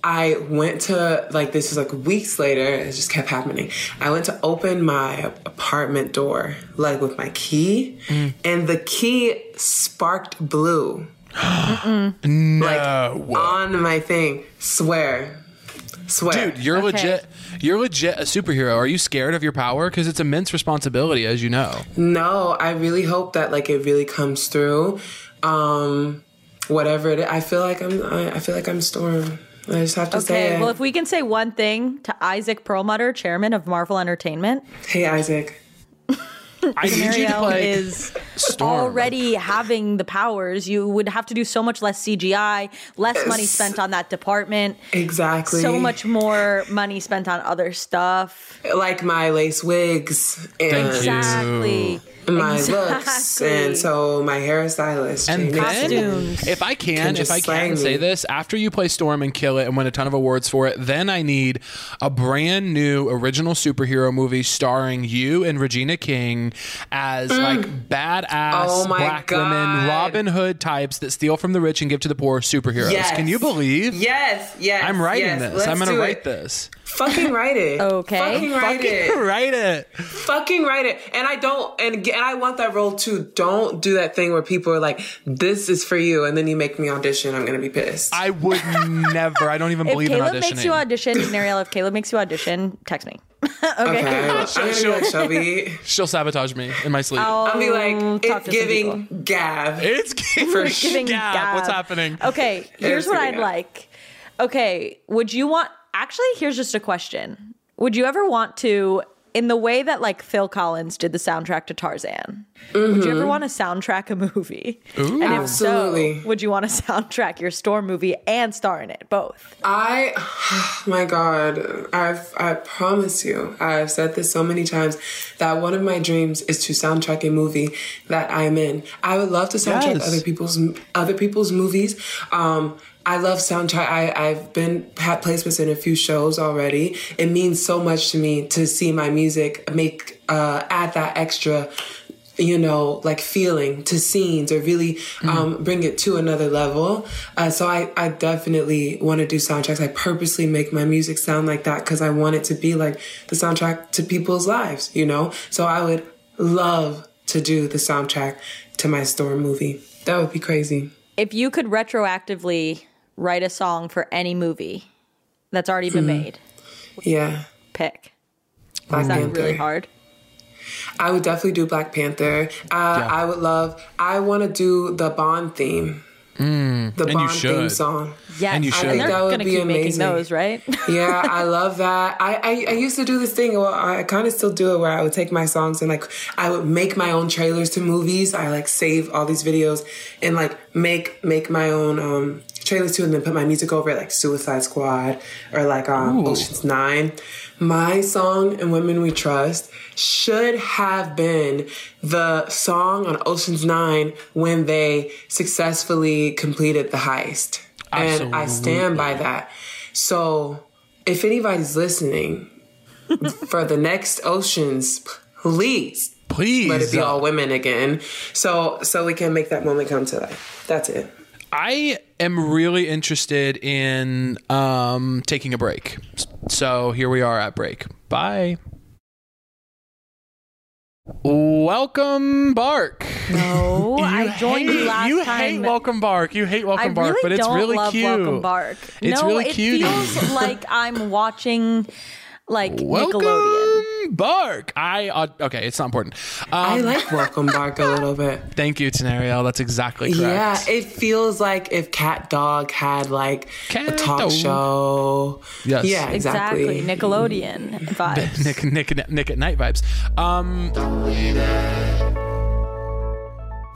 Speaker 3: I went to like this is like weeks later. It just kept happening. I went to open my apartment door like with my key,
Speaker 1: Mm.
Speaker 3: and the key sparked blue
Speaker 1: No.
Speaker 3: on my thing. Swear, swear,
Speaker 1: Dude, you're legit. You're legit a superhero. Are you scared of your power? Because it's immense responsibility, as you know.
Speaker 3: No, I really hope that like it really comes through. Um whatever it is. I feel like I'm I, I feel like I'm storm. I just have to say
Speaker 2: Okay,
Speaker 3: it.
Speaker 2: well, if we can say one thing to Isaac Perlmutter, chairman of Marvel Entertainment,
Speaker 3: hey Isaac.
Speaker 1: I need you to
Speaker 2: Ariel
Speaker 1: play
Speaker 2: is
Speaker 1: Storm.
Speaker 2: already having the powers. You would have to do so much less CGI, less money spent on that department,
Speaker 3: Exactly.
Speaker 2: so much more money spent on other stuff.
Speaker 3: like my lace wigs and
Speaker 1: you.
Speaker 2: Exactly.
Speaker 3: my looks and so my hairstylist
Speaker 1: And
Speaker 3: Jane
Speaker 1: then,
Speaker 3: Mason.
Speaker 2: Costumes.
Speaker 1: if I can,
Speaker 3: Can
Speaker 1: if
Speaker 3: just
Speaker 1: I
Speaker 3: slang
Speaker 1: can
Speaker 3: me.
Speaker 1: say this, after you play Storm and kill it and win a ton of awards for it, then I need a brand new original superhero movie starring you and Regina King as like badass
Speaker 3: Mm. Oh my
Speaker 1: black women,
Speaker 3: God.
Speaker 1: Robin Hood types that steal from the rich and give to the poor superheroes.
Speaker 3: Yes.
Speaker 1: Can you believe?
Speaker 3: Yes, yes.
Speaker 1: I'm writing
Speaker 3: yes.
Speaker 1: this.
Speaker 3: Let's
Speaker 1: I'm gonna
Speaker 3: do
Speaker 1: write
Speaker 3: it.
Speaker 1: this.
Speaker 3: Fucking write it.
Speaker 2: Okay.
Speaker 3: Fucking write it.
Speaker 1: [LAUGHS] write it.
Speaker 3: fucking write it. And I don't, and, and I want that role too. Don't do that thing where people are like, this is for you. And then you make me audition. I'm going to be pissed.
Speaker 1: I would
Speaker 3: [LAUGHS]
Speaker 1: never. I don't even
Speaker 2: If
Speaker 1: believe in
Speaker 2: Caleb
Speaker 1: auditioning.
Speaker 2: makes you audition, Nariel, if Caleb makes you audition, text me. [LAUGHS] okay. [LAUGHS]
Speaker 3: okay. I'm going to be like, Shelby.
Speaker 1: She'll sabotage me in my sleep.
Speaker 3: I'll be
Speaker 2: Oh,
Speaker 3: like,
Speaker 2: talk
Speaker 3: it's
Speaker 2: to some
Speaker 3: giving
Speaker 2: [LAUGHS]
Speaker 3: Gab.
Speaker 1: It's
Speaker 3: For
Speaker 1: for
Speaker 3: giving
Speaker 2: Gab.
Speaker 1: What's happening? [LAUGHS]
Speaker 2: Okay, here's
Speaker 3: It's
Speaker 2: what
Speaker 3: gonna
Speaker 2: I'd
Speaker 3: go.
Speaker 2: like. Okay, would you want actually here's just a question. Would you ever want to in the way that like Phil Collins did the soundtrack to Tarzan? Would you ever want to soundtrack a movie? Ooh. And if
Speaker 3: Mm-hmm. Absolutely.
Speaker 2: so, would you want to [LAUGHS] soundtrack your Storm movie and star in it? Both.
Speaker 3: I, [SIGHS] my God, I've, I promise you, I've said this so many times that one of my dreams is to soundtrack a movie that I'm in. I would love to soundtrack
Speaker 1: Yes.
Speaker 3: other people's, other people's movies. Um, I love soundtrack. I, I've been had placements in a few shows already. It means so much to me to see my music make, uh, add that extra you know, like feeling to scenes or really um, bring it to another level. Uh, so I, I definitely want to do soundtracks. I purposely make my music sound like that because I want it to be like the soundtrack to people's lives, you know? So I would love to do the soundtrack to my Storm movie. That would be crazy.
Speaker 2: If you could retroactively write a song for any movie that's already been made,
Speaker 3: Yeah.
Speaker 2: pick.
Speaker 3: Mm-hmm. Black
Speaker 2: Is that
Speaker 3: Panther.
Speaker 2: really hard?
Speaker 3: I would definitely do Black Panther. Uh, I would love, I want to do the Bond theme. the
Speaker 1: Mm. you
Speaker 3: Bond theme
Speaker 1: should.
Speaker 3: song.
Speaker 2: Yes.
Speaker 1: And you should.
Speaker 2: And they're
Speaker 3: That would
Speaker 2: going to
Speaker 3: be
Speaker 2: keep making
Speaker 3: amazing.
Speaker 2: those, right? [LAUGHS]
Speaker 3: yeah, [LAUGHS] I love that. I, I, I used to do this thing. Well, I kind of still do it where I would take my songs and like I would make my own trailers to movies. I like save all these videos and like make make my own um trailers to it and then put my music over it, like Suicide Squad or like um Ocean's Nine. My song and Women We Trust should have been the song on Ocean's Nine when they successfully completed the heist. And I stand by that. So, if anybody's listening [LAUGHS] for the next oceans, please
Speaker 1: Please.
Speaker 3: let it be all women again. So so we can make that moment come to life. That's it.
Speaker 1: I am really interested in um, taking a break. So here we are at break. Bye. Welcome, Bark.
Speaker 2: no,
Speaker 1: You
Speaker 2: I joined
Speaker 1: hate,
Speaker 2: you last
Speaker 1: you
Speaker 2: time.
Speaker 1: hate Welcome Bark. You hate Welcome
Speaker 2: I
Speaker 1: Bark,
Speaker 2: really
Speaker 1: but it's
Speaker 2: don't
Speaker 1: really
Speaker 2: love
Speaker 1: cute.
Speaker 2: Welcome Bark.
Speaker 1: It's
Speaker 2: no,
Speaker 1: really
Speaker 2: it
Speaker 1: cute. [LAUGHS]
Speaker 2: feels like I'm watching like Nickelodeon.
Speaker 1: Welcome Bark. I uh, okay. It's not important.
Speaker 3: I
Speaker 1: Um,
Speaker 3: like Welcome Bark a
Speaker 1: [LAUGHS]
Speaker 3: little bit.
Speaker 1: thank you, Tenariel. That's exactly correct.
Speaker 3: Yeah, it feels like if Cat Dog had like a
Speaker 1: Cat
Speaker 3: talk
Speaker 1: Dog.
Speaker 3: show.
Speaker 1: Yes.
Speaker 3: Yeah, exactly.
Speaker 2: Exactly. Nickelodeon vibes.
Speaker 1: Nick, Nick, Nick at night vibes. Um,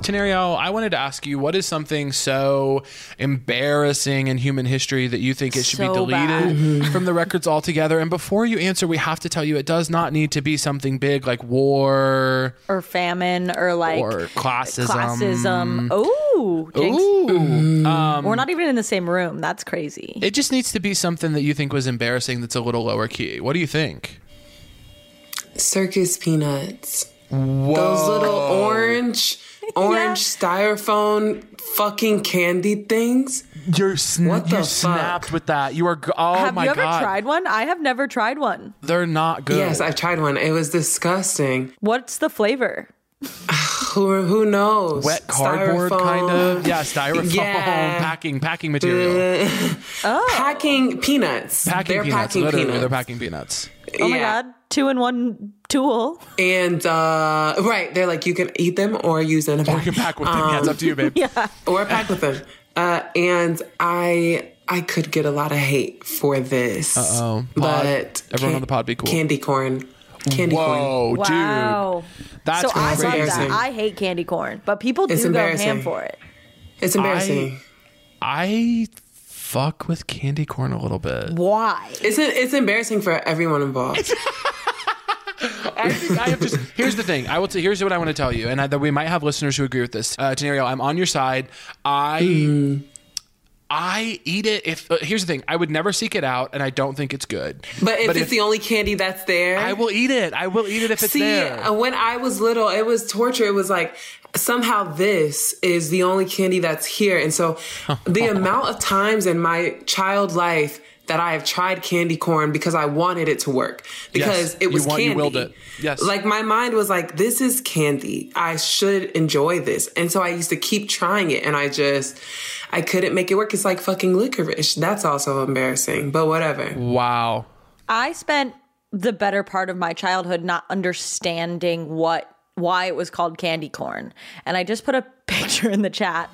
Speaker 1: Tenario, I wanted to ask you, what is something so embarrassing in human history that you think it should be
Speaker 2: So bad.
Speaker 1: deleted
Speaker 2: [LAUGHS]
Speaker 1: from the records altogether? And before you answer, we have to tell you it does not need to be something big like war
Speaker 2: or famine or like
Speaker 1: or classism.
Speaker 2: classism. Oh, jinx.
Speaker 1: Ooh.
Speaker 2: We're not even in the same room. That's crazy.
Speaker 1: It just needs to be something that you think was embarrassing that's a little lower key. What do you think?
Speaker 3: Circus peanuts. Those little
Speaker 1: Oh.
Speaker 3: orange orange styrofoam fucking candy things.
Speaker 1: You're sna-
Speaker 3: What the
Speaker 1: you
Speaker 3: fuck?
Speaker 1: snapped with that. You are g- oh
Speaker 2: Have
Speaker 1: my
Speaker 2: you ever
Speaker 1: god.
Speaker 2: tried one? I have never tried one.
Speaker 1: They're not good.
Speaker 3: Yes, I've tried one. It was disgusting.
Speaker 2: What's the flavor?
Speaker 3: Who who knows?
Speaker 1: wet cardboard
Speaker 3: Styrofoam.
Speaker 1: kind of yeah styrofoam
Speaker 3: [LAUGHS] Yeah.
Speaker 1: packing packing material
Speaker 3: [LAUGHS]
Speaker 2: Oh.
Speaker 3: Packing peanuts.
Speaker 1: packing
Speaker 3: They're
Speaker 1: peanuts
Speaker 3: packing
Speaker 1: literally
Speaker 3: peanuts.
Speaker 1: they're packing peanuts
Speaker 2: Oh my
Speaker 3: Yeah.
Speaker 2: god, two in one tool.
Speaker 3: And uh, right, they're like you can eat them or use them.
Speaker 1: or you can pack with them
Speaker 3: Um,
Speaker 1: yeah it's up to you babe
Speaker 3: or pack with them. Uh, and I I could get a lot of hate for this. Uh
Speaker 1: Uh-oh. Pod.
Speaker 3: But
Speaker 1: Everyone on the pod be cool.
Speaker 3: Candy corn. Candy corn.
Speaker 1: whoa
Speaker 2: Wow.
Speaker 1: dude that's
Speaker 2: so I
Speaker 1: crazy
Speaker 2: love that.
Speaker 3: embarrassing.
Speaker 2: I hate candy corn, but people
Speaker 3: It's
Speaker 2: do go ham
Speaker 3: embarrassing.
Speaker 2: for it.
Speaker 3: It's embarrassing.
Speaker 1: I fuck with candy corn a little bit
Speaker 2: Why?
Speaker 3: it's it's embarrassing for everyone involved.
Speaker 1: I think I have just. Here's the thing. I will. T- here's what I want to tell you, and I, that we might have listeners who agree with this. Uh, Denario, I'm on your side. I.
Speaker 3: Mm.
Speaker 1: I eat it if. Uh, here's the thing. I would never seek it out, and I don't think it's good.
Speaker 3: But if it's
Speaker 1: if-
Speaker 3: the only candy that's there,
Speaker 1: I will eat it. I will eat it if it's
Speaker 3: See,
Speaker 1: there.
Speaker 3: uh, when I was little, it was torture. It was like somehow this is the only candy that's here.
Speaker 1: [LAUGHS]
Speaker 3: And so the amount of times in my child life that I have tried candy corn because I wanted it to work because
Speaker 1: Yes.
Speaker 3: it was
Speaker 1: You want- you
Speaker 3: candy.
Speaker 1: willed it. Yes.
Speaker 3: Like my mind was like this is candy. I should enjoy this. And so I used to keep trying it and I just I couldn't make it work. It's like fucking licorice. That's also embarrassing, but whatever.
Speaker 1: wow.
Speaker 2: I spent the better part of my childhood not understanding what why it was called candy corn. And I just put a [LAUGHS] picture in the
Speaker 3: [LAUGHS]
Speaker 2: chat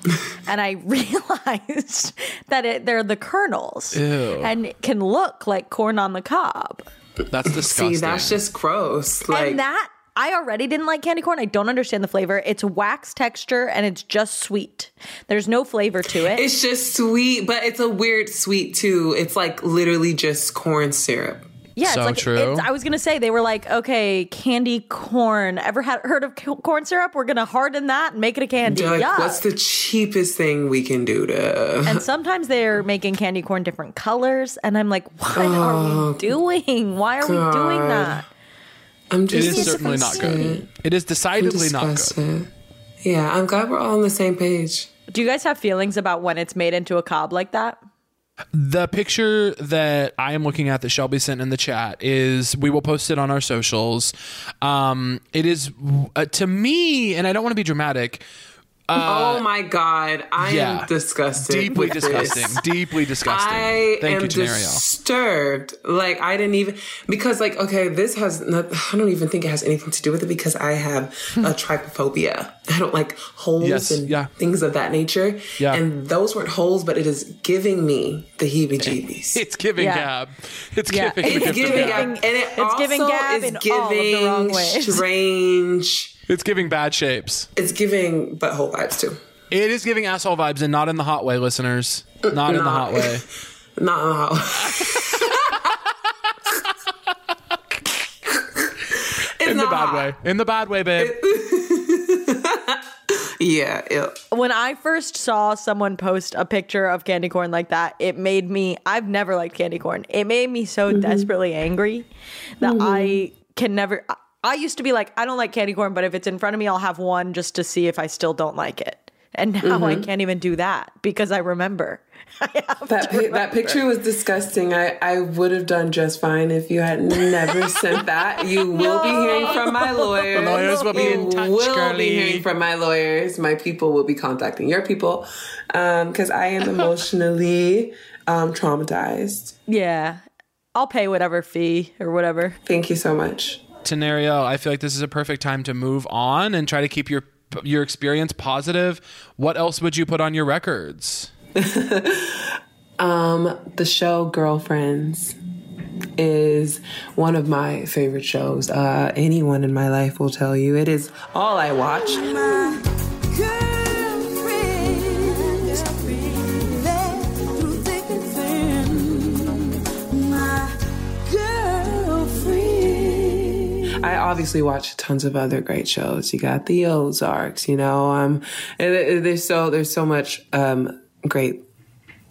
Speaker 2: and I realized [LAUGHS] that it, they're the kernels and it can look like corn on the cob.
Speaker 1: That's disgusting.
Speaker 3: See, that's just gross. Like
Speaker 2: and that I already didn't like candy corn. I don't understand the flavor. It's wax texture and it's just sweet. There's no flavor to it.
Speaker 3: It's just sweet, but it's a weird sweet too. It's like literally just corn syrup.
Speaker 2: Yeah,
Speaker 1: So
Speaker 2: it's like
Speaker 1: true.
Speaker 2: It's, I was gonna say they were like, okay, candy corn. Ever had heard of co- corn syrup? We're gonna harden that and make it a candy.
Speaker 3: They're like,
Speaker 2: Yuck.
Speaker 3: what's the cheapest thing we can do to?
Speaker 2: and sometimes they're making candy corn different colors, and I'm like, what are
Speaker 3: Oh,
Speaker 2: we doing? Why are we doing that?
Speaker 3: [LAUGHS] I'm
Speaker 1: it
Speaker 3: just
Speaker 1: is certainly not good. It is decidedly not good.
Speaker 3: disgusted. Yeah, I'm glad we're all on the same page.
Speaker 2: Do you guys have feelings about when it's made into a cob like that?
Speaker 1: The picture that I am looking at that Shelby sent in the chat is we will post it on our socials. Um, it is uh, to me, and I don't want to be dramatic.
Speaker 3: oh my god, I
Speaker 1: yeah.
Speaker 3: am disgusted.
Speaker 1: Deeply
Speaker 3: [LAUGHS] with this.
Speaker 1: disgusting. Deeply disgusting.
Speaker 3: I
Speaker 1: Thank
Speaker 3: am
Speaker 1: you, Janariel.
Speaker 3: disturbed. Like I didn't even because like okay, this has not, I don't even think it has anything to do with it because I have a trypophobia. I don't like holes
Speaker 1: Hmm. Yes,
Speaker 3: and
Speaker 1: yeah.
Speaker 3: things of that nature.
Speaker 1: Yeah.
Speaker 3: And those weren't holes, but it is giving me the heebie-jeebies.
Speaker 1: It's giving
Speaker 2: Yeah.
Speaker 1: Gab. It's
Speaker 2: Yeah.
Speaker 1: giving the
Speaker 2: It's
Speaker 1: gift of
Speaker 3: It's giving,
Speaker 1: gab.
Speaker 3: gab, and it
Speaker 2: it's
Speaker 3: also
Speaker 2: giving gab
Speaker 3: is
Speaker 2: in all of the
Speaker 3: giving
Speaker 2: wrong ways.
Speaker 3: strange.
Speaker 1: It's giving bad shapes.
Speaker 3: It's giving butthole vibes too.
Speaker 1: It is giving asshole vibes and not in the hot way, listeners. Not in the
Speaker 3: nah.
Speaker 1: hot way.
Speaker 3: Not [LAUGHS] how. it's
Speaker 1: In the
Speaker 3: not
Speaker 1: bad
Speaker 3: hot.
Speaker 1: way. In the bad way, babe.
Speaker 3: Yeah, ew.
Speaker 2: When I first saw someone post a picture of candy corn like that, it made me, I've never liked candy corn. It made me so
Speaker 3: Mm-hmm.
Speaker 2: desperately angry that I can never. I, I used to be like, I don't like candy corn, but if it's in front of me, I'll have one just to see if I still don't like it. And now
Speaker 3: Mm-hmm.
Speaker 2: I can't even do that because I remember. [LAUGHS]
Speaker 3: that pi- that picture was disgusting. I, I would have done just fine if you had never sent that. You will be hearing from my lawyers.
Speaker 1: Lawyers will be
Speaker 3: You
Speaker 1: in touch,
Speaker 3: will
Speaker 1: girly.
Speaker 3: be hearing from my lawyers. My people will be contacting your people because I am emotionally um, traumatized.
Speaker 2: Yeah. I'll pay whatever fee or whatever.
Speaker 3: Thank you so much.
Speaker 1: scenario, I feel like this is a perfect time to move on and try to keep your your experience positive. What else would you put on your records?
Speaker 3: Um, the show Girlfriends is one of my favorite shows. Uh, anyone in my life will tell you it is all I watch. I obviously watch tons of other great shows. You got the Ozarks, you know. Um, and it- it- there's so there's so much um great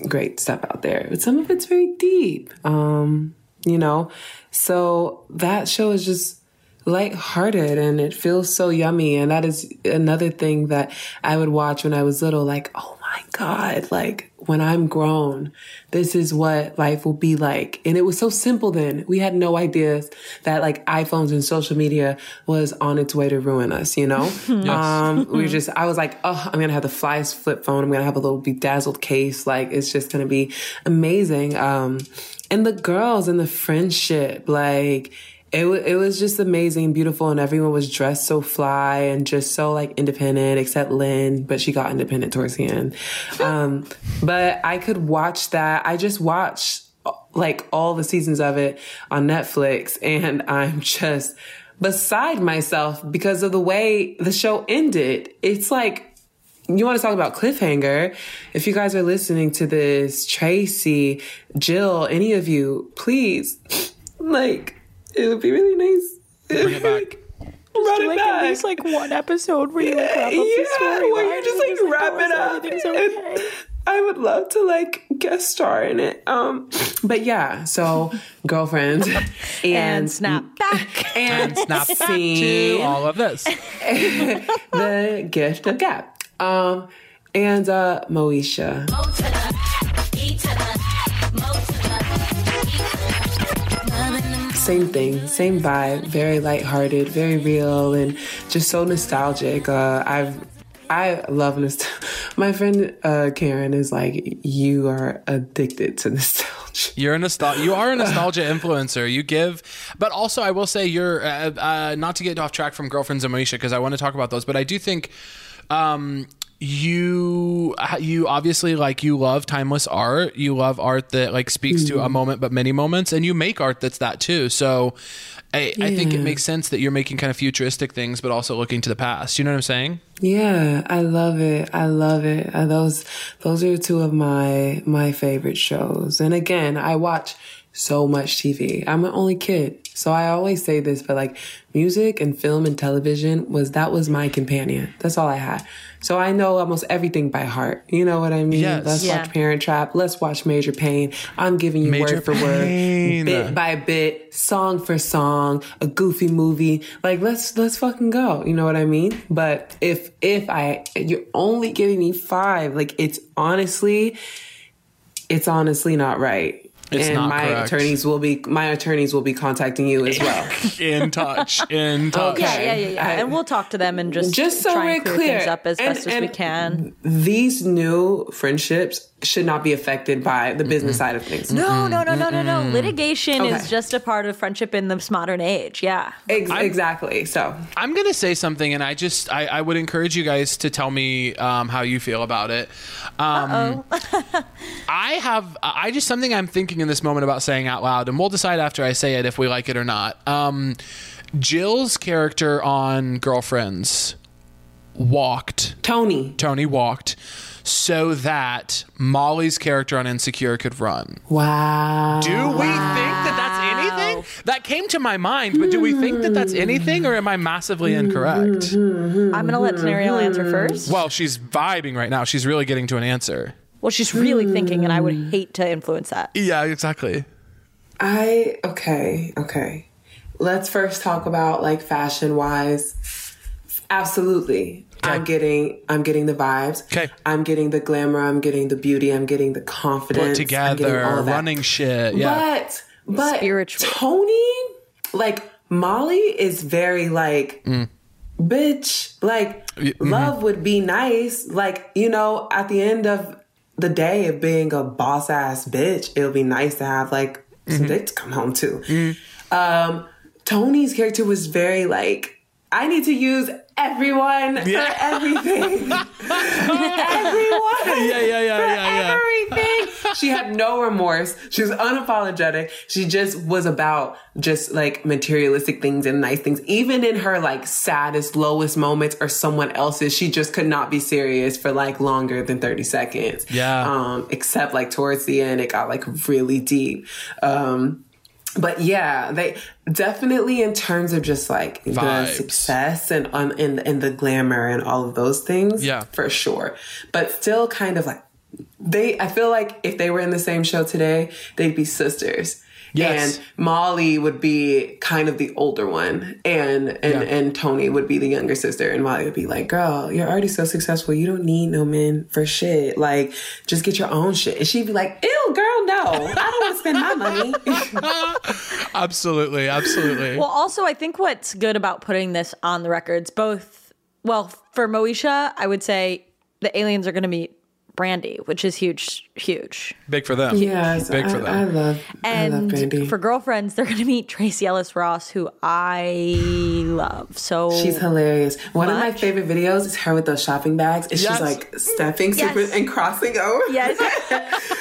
Speaker 3: great stuff out there, but some of it's very deep. Um, you know, so that show is just lighthearted and it feels so yummy. And that is another thing that I would watch when I was little. Like, oh my god, like when I'm grown, this is what life will be like. And it was so simple then. We had no ideas that like iPhones and social media was on its way to ruin us, you know? um, we were just, I was like, oh, I'm going to have the flyest flip phone. I'm going to have a little bedazzled case. Like, it's just going to be amazing. Um, and the girls and the friendship, like, it, wa it was just amazing, beautiful, and everyone was dressed so fly and just so like independent, except Lynn, but she got independent towards the end. Um, but I could watch that. I just watched like all the seasons of it on Netflix, and I'm just beside myself because of the way the show ended. It's like you want to talk about cliffhanger. If you guys are listening to this, Tracy, Jill, any of you, please, like, it would be really nice. Bring
Speaker 1: it
Speaker 3: [LAUGHS]
Speaker 1: back.
Speaker 3: Run it back.
Speaker 2: like one episode where you
Speaker 3: yeah, where you just like wrap it up. And I would love to like guest star in it. Um, but yeah, so girlfriend and,
Speaker 2: and snap back.
Speaker 3: and [LAUGHS]
Speaker 1: Snap
Speaker 3: scene.
Speaker 1: to all of
Speaker 3: [LAUGHS]
Speaker 1: this.
Speaker 3: the gift of gab. Um, and uh, Moesha. Same thing, same vibe, very lighthearted, very real, and just so nostalgic. Uh, I've I love nostalgia. [LAUGHS] My friend uh, Karen is like, you are addicted to [LAUGHS] nostalgia.
Speaker 1: You're a nostal- you are a nostalgia influencer. You give, but also I will say you're uh, uh, not to get off track from girlfriends and Moesha because I want to talk about those. But I do think um, you uh, you obviously like you love timeless art. You love art that like speaks to a moment, but many moments, and you make art that's that too. So I, I think it makes sense that you're making kind of futuristic things, but also looking to the past. You know what I'm saying?
Speaker 3: Yeah, I love it. I love it. Uh, those those are two of my my favorite shows. And again, I watch so much TV. I'm an only kid, so I always say this, but like music and film and television was that was my companion. That's all I had. So I know almost everything by heart. You know what I mean?
Speaker 1: Yes.
Speaker 3: Let's
Speaker 2: Yeah.
Speaker 3: watch Parent Trap. Let's watch Major Pain. I'm giving you
Speaker 1: Major
Speaker 3: word for
Speaker 1: Pain.
Speaker 3: word, bit by bit, song for song, a goofy movie. Like let's let's fucking go. You know what I mean? But if if I you're only giving me five, like it's honestly, it's honestly not right.
Speaker 1: It's
Speaker 3: and
Speaker 1: not
Speaker 3: my
Speaker 1: correct.
Speaker 3: attorneys will be my attorneys will be contacting you
Speaker 1: [LAUGHS]
Speaker 3: as well.
Speaker 1: in touch. In touch.
Speaker 2: Yeah, yeah, yeah, yeah.
Speaker 3: I-
Speaker 2: and we'll talk to them and just
Speaker 3: Just so
Speaker 2: try and
Speaker 3: we're
Speaker 2: clear, things
Speaker 3: clear,
Speaker 2: up as
Speaker 3: and-
Speaker 2: best as we
Speaker 3: and-
Speaker 2: can.
Speaker 3: These new friendships should not be affected by the business side of things.
Speaker 2: No, no, no, no, no, no. Litigation
Speaker 3: Mm-hmm. Okay.
Speaker 2: is just a part of friendship in this modern age. Yeah.
Speaker 3: Ex- exactly. So
Speaker 1: I'm gonna say something, and I just I, I would encourage you guys to tell me um, how you feel about it. Um, [LAUGHS] I have I just something I'm thinking in this moment about saying out loud, and we'll decide after I say it if we like it or not. Um, Jill's character on Girlfriends walked
Speaker 3: Tony,
Speaker 1: Tony walked so that Molly's character on Insecure could run.
Speaker 3: wow.
Speaker 1: Do we think that that's anything? That came to my mind, but do we think that that's anything, or am I massively incorrect?
Speaker 2: I'm going to let Tenariel
Speaker 3: Mm-hmm.
Speaker 2: answer first.
Speaker 1: Well, she's vibing right now. She's really getting to an answer.
Speaker 2: Well, she's really thinking, and I
Speaker 3: Mm-hmm.
Speaker 2: would hate to influence that.
Speaker 1: Yeah, exactly.
Speaker 3: I okay, okay. Let's first talk about like fashion wise. Absolutely. I'm getting I'm getting the vibes.
Speaker 1: 'Kay.
Speaker 3: I'm getting the glamour, I'm getting the beauty, I'm getting the confidence.
Speaker 1: Put
Speaker 3: I'm getting
Speaker 1: together,
Speaker 3: all of that.
Speaker 1: running shit. Yeah.
Speaker 3: But but
Speaker 2: Spiritual.
Speaker 3: Tony, like Molly is very like
Speaker 1: Mm.
Speaker 3: bitch, like
Speaker 1: mm-hmm.
Speaker 3: love would be nice. Like, you know, at the end of the day of being a boss ass bitch, it'll be nice to have like
Speaker 1: Mm-hmm.
Speaker 3: some dick to come home to.
Speaker 1: Mm.
Speaker 3: Um Tony's character was very like, I need to use everyone
Speaker 1: Yeah.
Speaker 3: for everything.
Speaker 1: [LAUGHS]
Speaker 3: [LAUGHS] everyone.
Speaker 1: Yeah, yeah, yeah,
Speaker 3: for
Speaker 1: yeah, yeah. [LAUGHS]
Speaker 3: everything. She had no remorse. She was unapologetic. She just was about just like materialistic things and nice things. Even in her like saddest, lowest moments or someone else's, she just could not be serious for like longer than 30 seconds.
Speaker 1: Yeah.
Speaker 3: Um, except like towards the end, it got like really deep. Um, but yeah, they definitely in terms of just like the
Speaker 1: Vibes.
Speaker 3: success and um, and and the glamour and all of those things,
Speaker 1: Yeah.
Speaker 3: for sure. But still, kind of like they. I feel like if they were in the same show today, they'd be sisters.
Speaker 1: Yes.
Speaker 3: And Molly would be kind of the older one, and and and Tony would be the younger sister, and Molly would be like, "Girl, you're already so successful. You don't need no men for shit. Like, just get your own shit." And she'd be like, "Ew, girl, no, I don't want to spend
Speaker 1: [LAUGHS]
Speaker 3: my money." [LAUGHS]
Speaker 1: Absolutely, absolutely.
Speaker 2: Well, also, I think what's good about putting this on the records, both, well, for Moesha, I would say the aliens are going to meet Brandy, which is huge, huge.
Speaker 1: Big for them.
Speaker 3: Yes,
Speaker 1: Big for
Speaker 3: I,
Speaker 1: them.
Speaker 3: I love, I love Brandy.
Speaker 2: And for girlfriends, they're going to meet Tracy Ellis Ross, who I love. So
Speaker 3: She's hilarious. One of my
Speaker 2: Much.
Speaker 3: favorite videos is her with those shopping bags, and
Speaker 1: Yes.
Speaker 3: she's like stepping
Speaker 2: Yes.
Speaker 3: super and crossing over.
Speaker 2: Yes.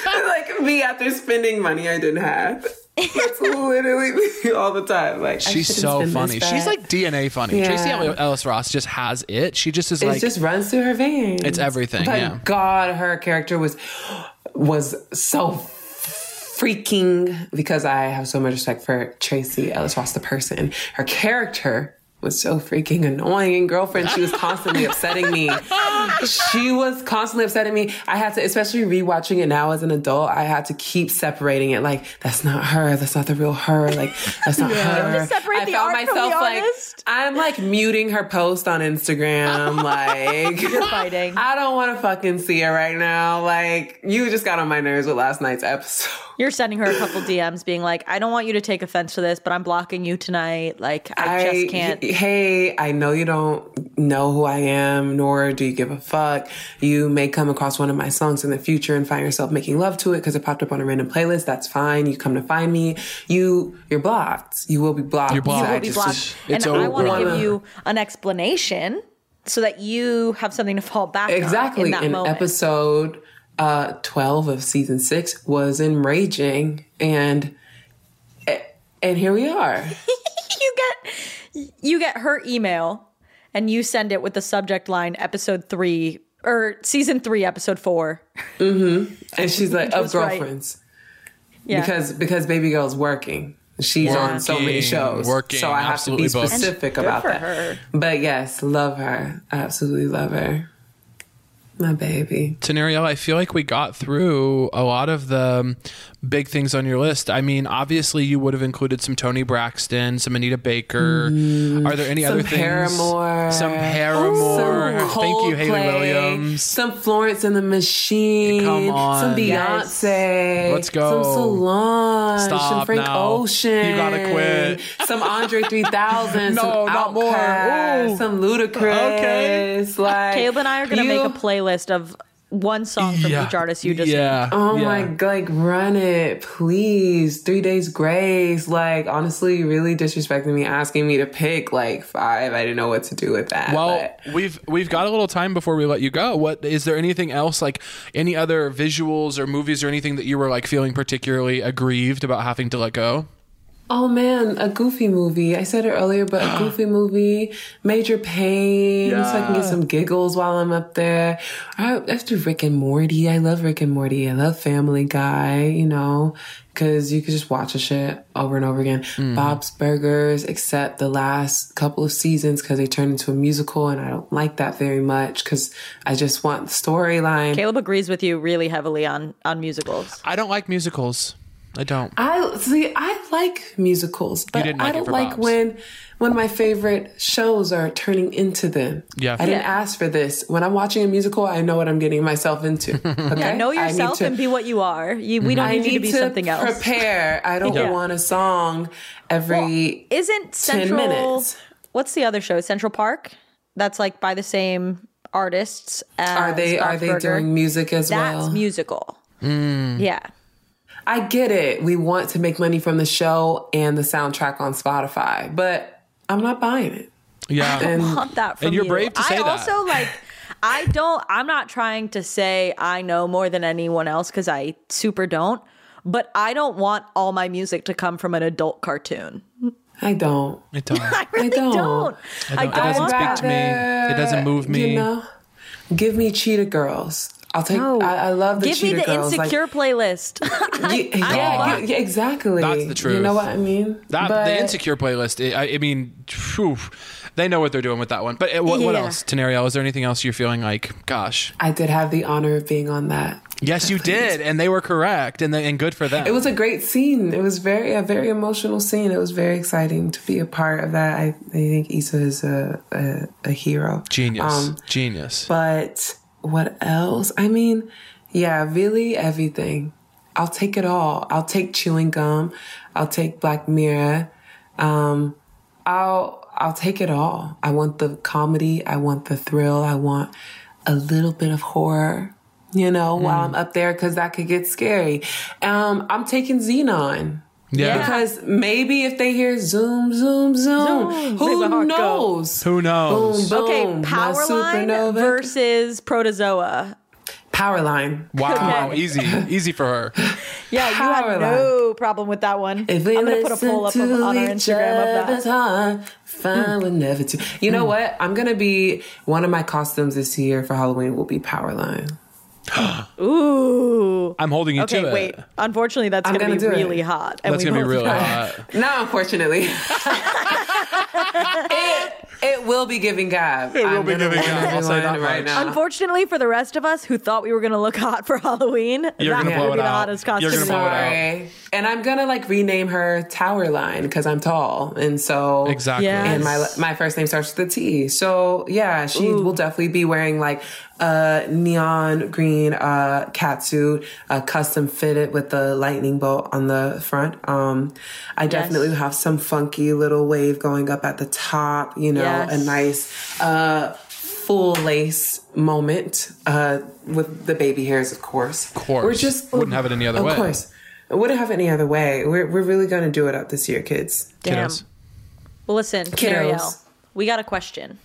Speaker 3: [LAUGHS] like me after spending money I didn't have. That's literally me all the time. Like I
Speaker 1: She's
Speaker 3: shouldn't
Speaker 1: so
Speaker 3: spend this
Speaker 1: funny.
Speaker 3: bag.
Speaker 1: She's like DNA funny.
Speaker 3: Yeah.
Speaker 1: Tracy Ellis Ross just has it. She just is
Speaker 3: it
Speaker 1: like
Speaker 3: just runs through her veins.
Speaker 1: it's everything.
Speaker 3: Thank
Speaker 1: yeah.
Speaker 3: God her character was was so freaking because I have so much respect for Tracy Ellis Ross the person. Her character was so freaking annoying and girlfriend.
Speaker 1: [LAUGHS]
Speaker 3: She was constantly upsetting me. She was constantly upsetting me. I had to, especially rewatching it now as an adult, I had to keep separating it. Like, that's not her. That's not the real her. Like, that's not her.
Speaker 2: to separate
Speaker 3: I
Speaker 2: the
Speaker 3: found
Speaker 2: art from the
Speaker 3: myself like,
Speaker 2: artist.
Speaker 3: I'm like muting her post
Speaker 2: [LAUGHS]
Speaker 3: on Instagram. Like,
Speaker 2: you're fighting.
Speaker 3: I don't want to fucking see it right now. Like, you just got on my nerves with last night's episode.
Speaker 2: [LAUGHS] You're sending her a couple DMs being like, I don't want you to take offense to this, but I'm blocking you tonight. Like, [LAUGHS] I,
Speaker 3: [LAUGHS]
Speaker 2: just can't.
Speaker 3: Hey, I know you don't know who I am, nor do you give a fuck. You may come across one of my songs in the future and find yourself making love to it because it popped up on a random playlist. That's fine. You come to find me. You, you're blocked. You will be blocked.
Speaker 1: You're blocked.
Speaker 3: So I
Speaker 2: will be
Speaker 3: just-
Speaker 2: blocked.
Speaker 1: it's
Speaker 2: and I
Speaker 1: over.
Speaker 2: want to give
Speaker 3: Wanna-
Speaker 2: you an explanation so that you have something to fall back on
Speaker 3: Exactly.
Speaker 2: in that
Speaker 3: and
Speaker 2: moment.
Speaker 3: episode uh, 12 of season six was enraging. And, and here we are.
Speaker 2: you get you get her email and you send it with the subject line episode 3 or season 3 episode 4. [LAUGHS]
Speaker 3: And she's like, of
Speaker 2: was right.
Speaker 3: girlfriends.
Speaker 2: Yeah.
Speaker 3: Because because baby girl's working. She's on so many
Speaker 1: Working,
Speaker 3: shows.
Speaker 1: working,
Speaker 3: so I have to
Speaker 1: absolutely
Speaker 3: be
Speaker 1: booked.
Speaker 3: specific about
Speaker 2: for
Speaker 3: that.
Speaker 2: her.
Speaker 3: But yes, love her. Absolutely love her. My baby.
Speaker 1: scenario, I feel like we got through a lot of the um, big things on your list? I mean, obviously you would have included some Tony Braxton, some Anita Baker. Are there any
Speaker 3: Some
Speaker 1: other things?
Speaker 3: Paramore.
Speaker 1: Some Paramore.
Speaker 3: Some
Speaker 1: Thank you, Haley
Speaker 3: Coldplay,
Speaker 1: Williams.
Speaker 3: Some Florence and the Machine.
Speaker 1: Come on.
Speaker 3: Some
Speaker 2: Yes.
Speaker 3: Beyonce.
Speaker 1: Let's go.
Speaker 3: Some Solange.
Speaker 1: Stop
Speaker 3: some Frank
Speaker 1: now.
Speaker 3: Ocean.
Speaker 1: You gotta quit.
Speaker 3: [LAUGHS] Some Andre 3000.
Speaker 1: [LAUGHS] No,
Speaker 3: some
Speaker 1: not more.
Speaker 3: Outkast,
Speaker 1: Ooh.
Speaker 3: Some Ludacris.
Speaker 1: Okay.
Speaker 3: Like,
Speaker 2: Caleb and I are gonna
Speaker 3: you-
Speaker 2: make a playlist of one song from each artist you just
Speaker 1: yeah.
Speaker 3: Oh
Speaker 1: yeah.
Speaker 3: my god, like run it, please. Three days grace. Like honestly, really disrespecting me, asking me to pick like five. I didn't know what to do with that.
Speaker 1: Well,
Speaker 3: but-
Speaker 1: we've we've got a little time before we let you go. What is there anything else like any other visuals or movies or anything that you were like feeling particularly aggrieved about having to let go?
Speaker 3: Oh man, a goofy movie. I said it earlier, but a goofy movie, Major Pain, so I can get some giggles while I'm up there. I have to Rick and Morty. I love Rick and Morty. I love Family Guy, you know, because you could just watch a shit over and over again. Bob's Burgers, except the last couple of seasons because they turned into a musical, and I don't like that very much because I just want the storyline.
Speaker 2: Caleb agrees with you really heavily on on musicals.
Speaker 1: I don't like musicals. I don't.
Speaker 3: I see. I like musicals, but
Speaker 1: didn't like
Speaker 3: I
Speaker 1: it
Speaker 3: don't
Speaker 1: for
Speaker 3: like
Speaker 1: Bob's.
Speaker 3: when when my favorite shows are turning into them.
Speaker 1: Yeah.
Speaker 3: I didn't ask for this. When I'm watching a musical, I know what I'm getting
Speaker 1: [LAUGHS]
Speaker 3: myself into. Okay,
Speaker 2: Know
Speaker 3: I need
Speaker 2: yourself
Speaker 3: to-
Speaker 2: and be what you are. You, we don't
Speaker 3: I
Speaker 2: need you to be something else.
Speaker 3: prepare. I don't
Speaker 2: Yeah.
Speaker 3: want a song every.
Speaker 2: Isn't Central?
Speaker 3: minutes.
Speaker 2: What's the other show? Central Park. That's like by the same artists. As
Speaker 3: are they are
Speaker 2: Bob's
Speaker 3: they
Speaker 2: Burger.
Speaker 3: doing music as
Speaker 2: That's
Speaker 3: well?
Speaker 2: musical.
Speaker 1: Hmm.
Speaker 2: Yeah.
Speaker 3: I get it. We want to make money from the show and the soundtrack on Spotify, but I'm not buying it.
Speaker 1: Yeah.
Speaker 3: And
Speaker 2: want that from
Speaker 1: And you're
Speaker 2: you.
Speaker 1: brave to say
Speaker 2: I
Speaker 1: that.
Speaker 2: also like I don't I'm not trying to say I know more than anyone else cuz I super don't, but I don't want all my music to come from an adult cartoon.
Speaker 3: I don't.
Speaker 1: I don't.
Speaker 2: I really
Speaker 3: don't.
Speaker 2: don't.
Speaker 1: Oh. I don't. It doesn't
Speaker 2: want
Speaker 1: speak
Speaker 2: that.
Speaker 1: to me. It doesn't move me.
Speaker 3: You know, give me Cheetah Girls. I'll take. I, I love the
Speaker 2: Give me
Speaker 3: Cheetah
Speaker 2: the
Speaker 3: Girls.
Speaker 2: insecure
Speaker 3: [LAUGHS]
Speaker 2: playlist. [LAUGHS]
Speaker 3: Like, you- yeah, you- yeah, exactly.
Speaker 1: Ah. That's the
Speaker 3: You
Speaker 1: truth.
Speaker 3: know what I mean?
Speaker 1: That
Speaker 3: But
Speaker 1: the insecure playlist. I, I mean, phew, they know what they're doing with that one. But uh, what, what
Speaker 2: Yeah.
Speaker 1: else, Tenario? Is there anything else you're feeling like, gosh?
Speaker 3: I did have the honor of being on that.
Speaker 1: Yes, you did, and they were correct, and they, and good for them.
Speaker 3: It was a great scene. It was very a very emotional scene. It was very exciting to be a part of that. I, I think Issa is a a, a hero.
Speaker 1: genius,
Speaker 3: Um,
Speaker 1: genius.
Speaker 3: But what else? I mean, yeah, really everything. I'll take it all. I'll take chewing gum. I'll take Black Mirror. Um, I'll I'll take it all. I want the comedy. I want the thrill. I want a little bit of horror. You
Speaker 1: Mm.
Speaker 3: know, while I'm up there, because that could get scary. Um, I'm taking Xenon.
Speaker 1: yeah.
Speaker 3: Because maybe if they hear zoom, zoom, zoom,
Speaker 2: leave my
Speaker 3: who
Speaker 2: heart go.
Speaker 3: knows?
Speaker 1: Who knows?
Speaker 3: Boom, boom.
Speaker 2: okay,
Speaker 3: my
Speaker 2: Powerline
Speaker 3: supernova.
Speaker 2: versus Protozoa.
Speaker 3: Powerline.
Speaker 1: Wow, [LAUGHS]
Speaker 2: Okay.
Speaker 1: easy, easy for her.
Speaker 2: Yeah, you had
Speaker 3: Powerline.
Speaker 2: no problem with that one.
Speaker 3: If we
Speaker 2: I'm gonna
Speaker 3: listen
Speaker 2: put a poll up
Speaker 3: to
Speaker 2: of, on our
Speaker 3: each
Speaker 2: Instagram of that.
Speaker 3: other's heart, fine would never do. You
Speaker 1: Mm.
Speaker 3: know what? I'm gonna be one of my costumes this year for Halloween will be Powerline.
Speaker 2: Ooh.
Speaker 1: I'm holding you
Speaker 2: Okay,
Speaker 1: to
Speaker 2: wait.
Speaker 1: it.
Speaker 2: Unfortunately, that's
Speaker 3: I'm
Speaker 2: going to
Speaker 3: gonna
Speaker 2: be
Speaker 3: do it.
Speaker 2: really hot. And
Speaker 1: That's
Speaker 2: we
Speaker 1: gonna be
Speaker 2: both [LAUGHS]
Speaker 1: really
Speaker 2: know.
Speaker 1: hot.
Speaker 3: No,
Speaker 1: [LAUGHS]
Speaker 3: unfortunately, it it will be giving God. It
Speaker 1: will be giving God. I'll say that
Speaker 3: right
Speaker 1: much.
Speaker 3: now.
Speaker 2: Unfortunately for the rest of us who thought we were going to look hot for Halloween,
Speaker 1: You're
Speaker 2: that
Speaker 1: gonna blow
Speaker 2: would
Speaker 1: it
Speaker 2: be the
Speaker 1: out.
Speaker 2: hottest costume.
Speaker 1: You're gonna blow it out.
Speaker 3: Sorry, and I'm gonna like rename her Tower Line because I'm tall, and so
Speaker 1: Exactly.
Speaker 2: Yeah.
Speaker 3: and my my first name starts with a T. So yeah, she will definitely be wearing like a neon green uh catsuit, uh, custom fitted with the lightning bolt on the front. Um, I definitely have some funky little wave going up at the top. You know, a
Speaker 2: Yes.
Speaker 3: nice uh full lace moment uh with the baby hairs, of course. Of
Speaker 1: course.
Speaker 3: we're just
Speaker 1: Wouldn't have it any other way.
Speaker 3: Of course. Wouldn't have it any other way. We're, we're really going to do it up this year, kids.
Speaker 2: Damn.
Speaker 1: Kiddos.
Speaker 2: Well, listen, Marielle,
Speaker 3: Kiddos.
Speaker 2: we got a question.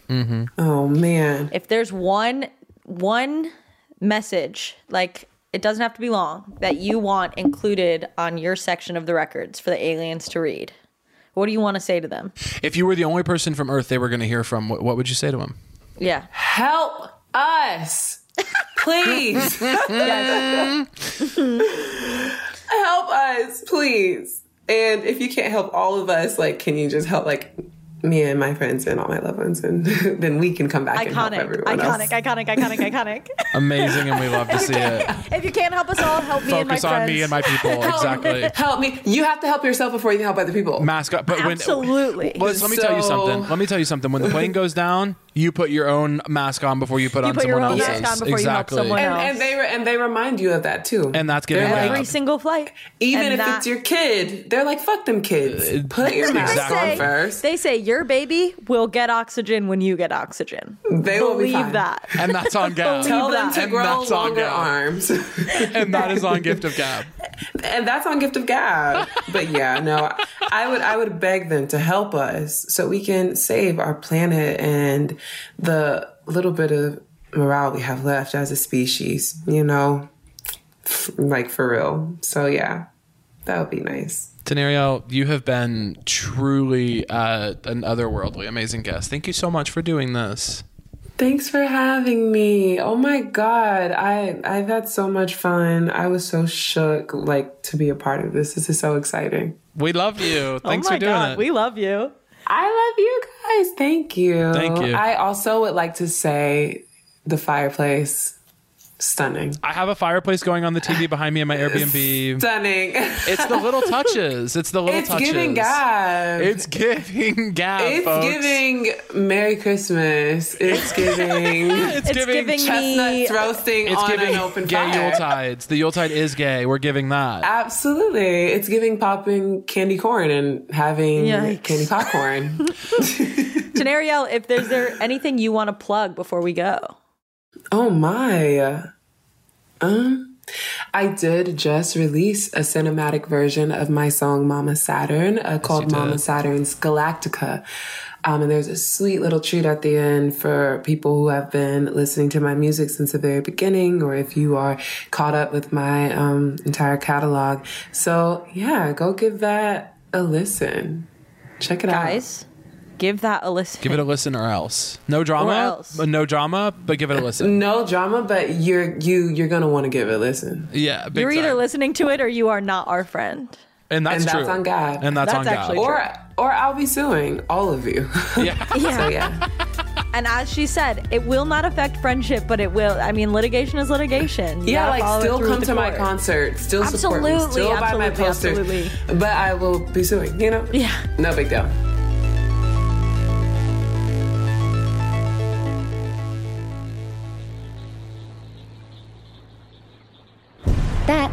Speaker 3: Oh, man.
Speaker 2: If there's one one message, like it doesn't have to be long, that you want included on your section of the records for the aliens to read, what do you want to say to them?
Speaker 1: If you were the only person from Earth they were going to hear from, what, what would you say to them?
Speaker 2: Yeah.
Speaker 3: help us.
Speaker 2: [LAUGHS]
Speaker 3: Please. help us, please. And if you can't help all of us, like, can you just help, like, me and my friends and all my loved ones, and [LAUGHS] then we can come back and help
Speaker 2: Iconic,
Speaker 3: everyone
Speaker 2: iconic,
Speaker 3: else.
Speaker 2: iconic, iconic,
Speaker 3: [LAUGHS]
Speaker 2: iconic.
Speaker 1: Amazing, and we love to see
Speaker 2: [LAUGHS]
Speaker 1: it.
Speaker 2: if you can't help us all, help me and my
Speaker 1: Focus on
Speaker 2: friends.
Speaker 1: me and my
Speaker 2: [LAUGHS]
Speaker 1: people. Exactly.
Speaker 3: Help me! You have to help yourself before you can help other people.
Speaker 1: Mascot, but when
Speaker 2: Absolutely.
Speaker 1: Well, let me tell you
Speaker 3: So-
Speaker 1: something. Let me tell you something. When the plane goes down, you put your own mask on before you put on
Speaker 2: put your
Speaker 1: someone
Speaker 2: own
Speaker 1: else's.
Speaker 2: mask on before you help
Speaker 1: exactly.
Speaker 2: someone
Speaker 3: and,
Speaker 2: else.
Speaker 3: and they re- and they remind you of that too.
Speaker 1: And that's giving
Speaker 3: They're
Speaker 1: back.
Speaker 3: like,
Speaker 2: every single flight.
Speaker 3: even
Speaker 2: And
Speaker 3: if
Speaker 2: that-
Speaker 3: it's your kid, they're like, "Fuck them kids. Put your mask
Speaker 1: Uh, Exactly.
Speaker 3: on
Speaker 2: They-
Speaker 3: first.
Speaker 2: They say your baby will get oxygen when you get oxygen.
Speaker 3: They will be
Speaker 2: Believe
Speaker 3: fine.
Speaker 2: that.
Speaker 1: And that's
Speaker 3: [LAUGHS]
Speaker 1: on Gab.
Speaker 3: Tell them
Speaker 2: that.
Speaker 3: to
Speaker 1: And
Speaker 3: grow
Speaker 1: that's on
Speaker 3: longer
Speaker 1: Gab.
Speaker 3: arms." [LAUGHS]
Speaker 1: and that is on Gift of [LAUGHS] Gab.
Speaker 3: and that's on gift of gab but yeah no i would i would beg them to help us so we can save our planet and the little bit of morale we have left as a species you know like for real so yeah that would be nice
Speaker 1: Denario, you have been truly uh, an otherworldly, amazing guest. Thank you so much for doing this.
Speaker 3: Thanks for having me. Oh my god, I I've had so much fun. I was so shook like to be a part of this. This is so exciting.
Speaker 1: We love you. Thanks
Speaker 2: oh my
Speaker 1: for doing
Speaker 2: god,
Speaker 1: it.
Speaker 2: we love you.
Speaker 3: I love you guys. Thank you.
Speaker 1: Thank you.
Speaker 3: I also would like to say the fireplace stunning.
Speaker 1: I have a fireplace going on the TV behind
Speaker 3: [LAUGHS]
Speaker 1: me in my Airbnb. [LAUGHS]
Speaker 3: Stunning.
Speaker 1: It's the little touches. It's the little
Speaker 3: It's
Speaker 1: touches.
Speaker 3: giving gab.
Speaker 1: It's giving Gab.
Speaker 3: It's
Speaker 1: folks.
Speaker 3: giving Merry Christmas.
Speaker 1: [LAUGHS]
Speaker 3: It's giving
Speaker 1: It's,
Speaker 2: It's
Speaker 1: giving.
Speaker 2: giving, me
Speaker 3: chestnuts roasting
Speaker 1: it's
Speaker 3: on
Speaker 1: giving
Speaker 3: an open
Speaker 1: gay
Speaker 3: fire. Uh,
Speaker 1: Yuletides. The Yuletide is gay. We're giving that.
Speaker 3: Absolutely. It's giving popping candy corn and having
Speaker 2: Yikes. [LAUGHS]
Speaker 3: candy popcorn.
Speaker 2: Tenariel, if there's there anything you want to plug before we go.
Speaker 3: Oh my. Um, I did just release a cinematic version of my song Mama Saturn uh, called Mama Saturn's Galactica. Um, and there's a sweet little treat at the end for people who have been listening to my music since the very beginning, or if you are caught up with my um, entire catalog. So, yeah, go give that a listen. Check it
Speaker 2: Guys, give that a listen.
Speaker 1: Give it a listen or else. No drama.
Speaker 2: Or else. Mm,
Speaker 1: uh, No drama, but give it a
Speaker 3: out.
Speaker 1: listen.
Speaker 3: No drama, but you're you you're gonna want to give it a listen.
Speaker 1: Yeah, big
Speaker 2: You're either
Speaker 1: time.
Speaker 2: listening to it or you are not our friend.
Speaker 1: and that's
Speaker 3: And
Speaker 1: true.
Speaker 3: that's on God.
Speaker 1: And that's,
Speaker 2: That's
Speaker 1: on God.
Speaker 2: actually
Speaker 3: or or I'll be suing all of you.
Speaker 1: Yeah.
Speaker 3: [LAUGHS] so yeah,
Speaker 2: And as she said, it will not affect friendship, but it will. I mean, litigation is litigation. You gotta
Speaker 3: yeah.
Speaker 2: follow
Speaker 3: Like,
Speaker 2: it
Speaker 3: still
Speaker 2: through
Speaker 3: come
Speaker 2: the
Speaker 3: to my
Speaker 2: court.
Speaker 3: concert. Still support me.
Speaker 2: Absolutely,
Speaker 3: Still buy my
Speaker 2: absolutely,
Speaker 3: posters.
Speaker 2: absolutely.
Speaker 3: But I will be suing. You know.
Speaker 2: Yeah.
Speaker 3: No big deal.
Speaker 4: That